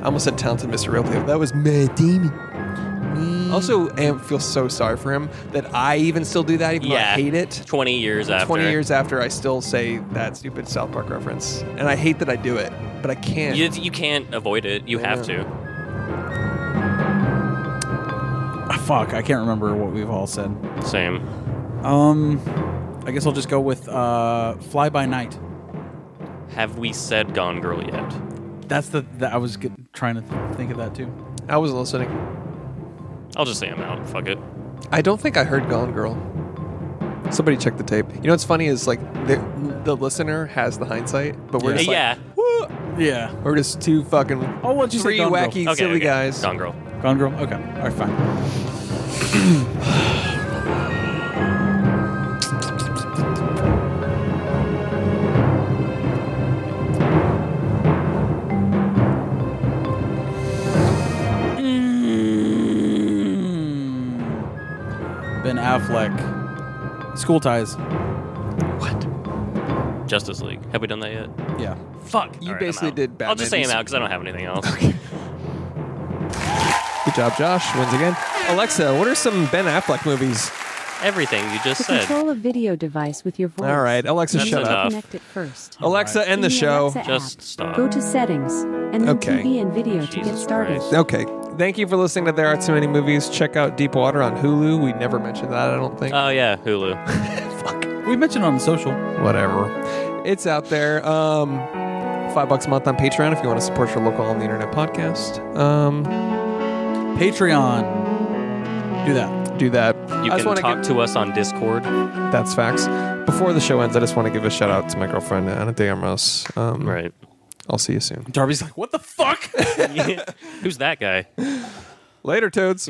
I almost said talented Mr. Ripley. but That was Matt Damon. Also, I feel so sorry for him that I even still do that, even though I hate it. 20 years after. 20 years after, I still say that stupid South Park reference. And I hate that I do it, but I can't. You, you can't avoid it. You have Yeah. to. Ah, Fuck. I can't remember what we've all said. Same. Um, I guess I'll just go with uh, Fly by Night. Have we said Gone Girl yet? That's the that I was get, trying to th- think of that too. I wasn't listening. I'll just say I'm out. Fuck it. I don't think I heard Gone Girl. Somebody check the tape. You know what's funny is like the, the listener has the hindsight, but we're Yeah. just like, yeah. "Woo!" Yeah. we're just two fucking Oh, what'd you say? three Gone Girl? wacky Okay, silly okay. guys. Gone Girl. Gone Girl. Okay. All right. Fine. Mm. Ben Affleck. School ties. What? Justice League. Have we done that yet? Yeah. Fuck. You All right, I'm basically out. did I'll just Batman say I'm v out because I don't have anything else. Good job, Josh. Wins again. Alexa, what are some Ben Affleck movies? Everything you just To said. control a video device with your voice. All right, Alexa, you That's shut need to enough. up. Connect it first. Alexa, end the In show. Alexa Just app, stop. Go to settings and then Okay. TV and video to get Jesus started. Christ. Okay. Thank you for listening to There Are Too Many Movies. Check out Deep Water on Hulu. We never mentioned that, I don't think. Oh, yeah. Hulu. Fuck. We mentioned on social. Whatever. It's out there. Um, five bucks a month on Patreon if you want to support your local on the internet podcast. Um, Patreon. Do that. do that. You I just can wanna talk give- to us on Discord. That's facts. Before the show ends, I just want to give a shout out to my girlfriend Ana de Armas. Um, Right. I'll see you soon. Darby's like, what the fuck? Who's that guy? Later, toads.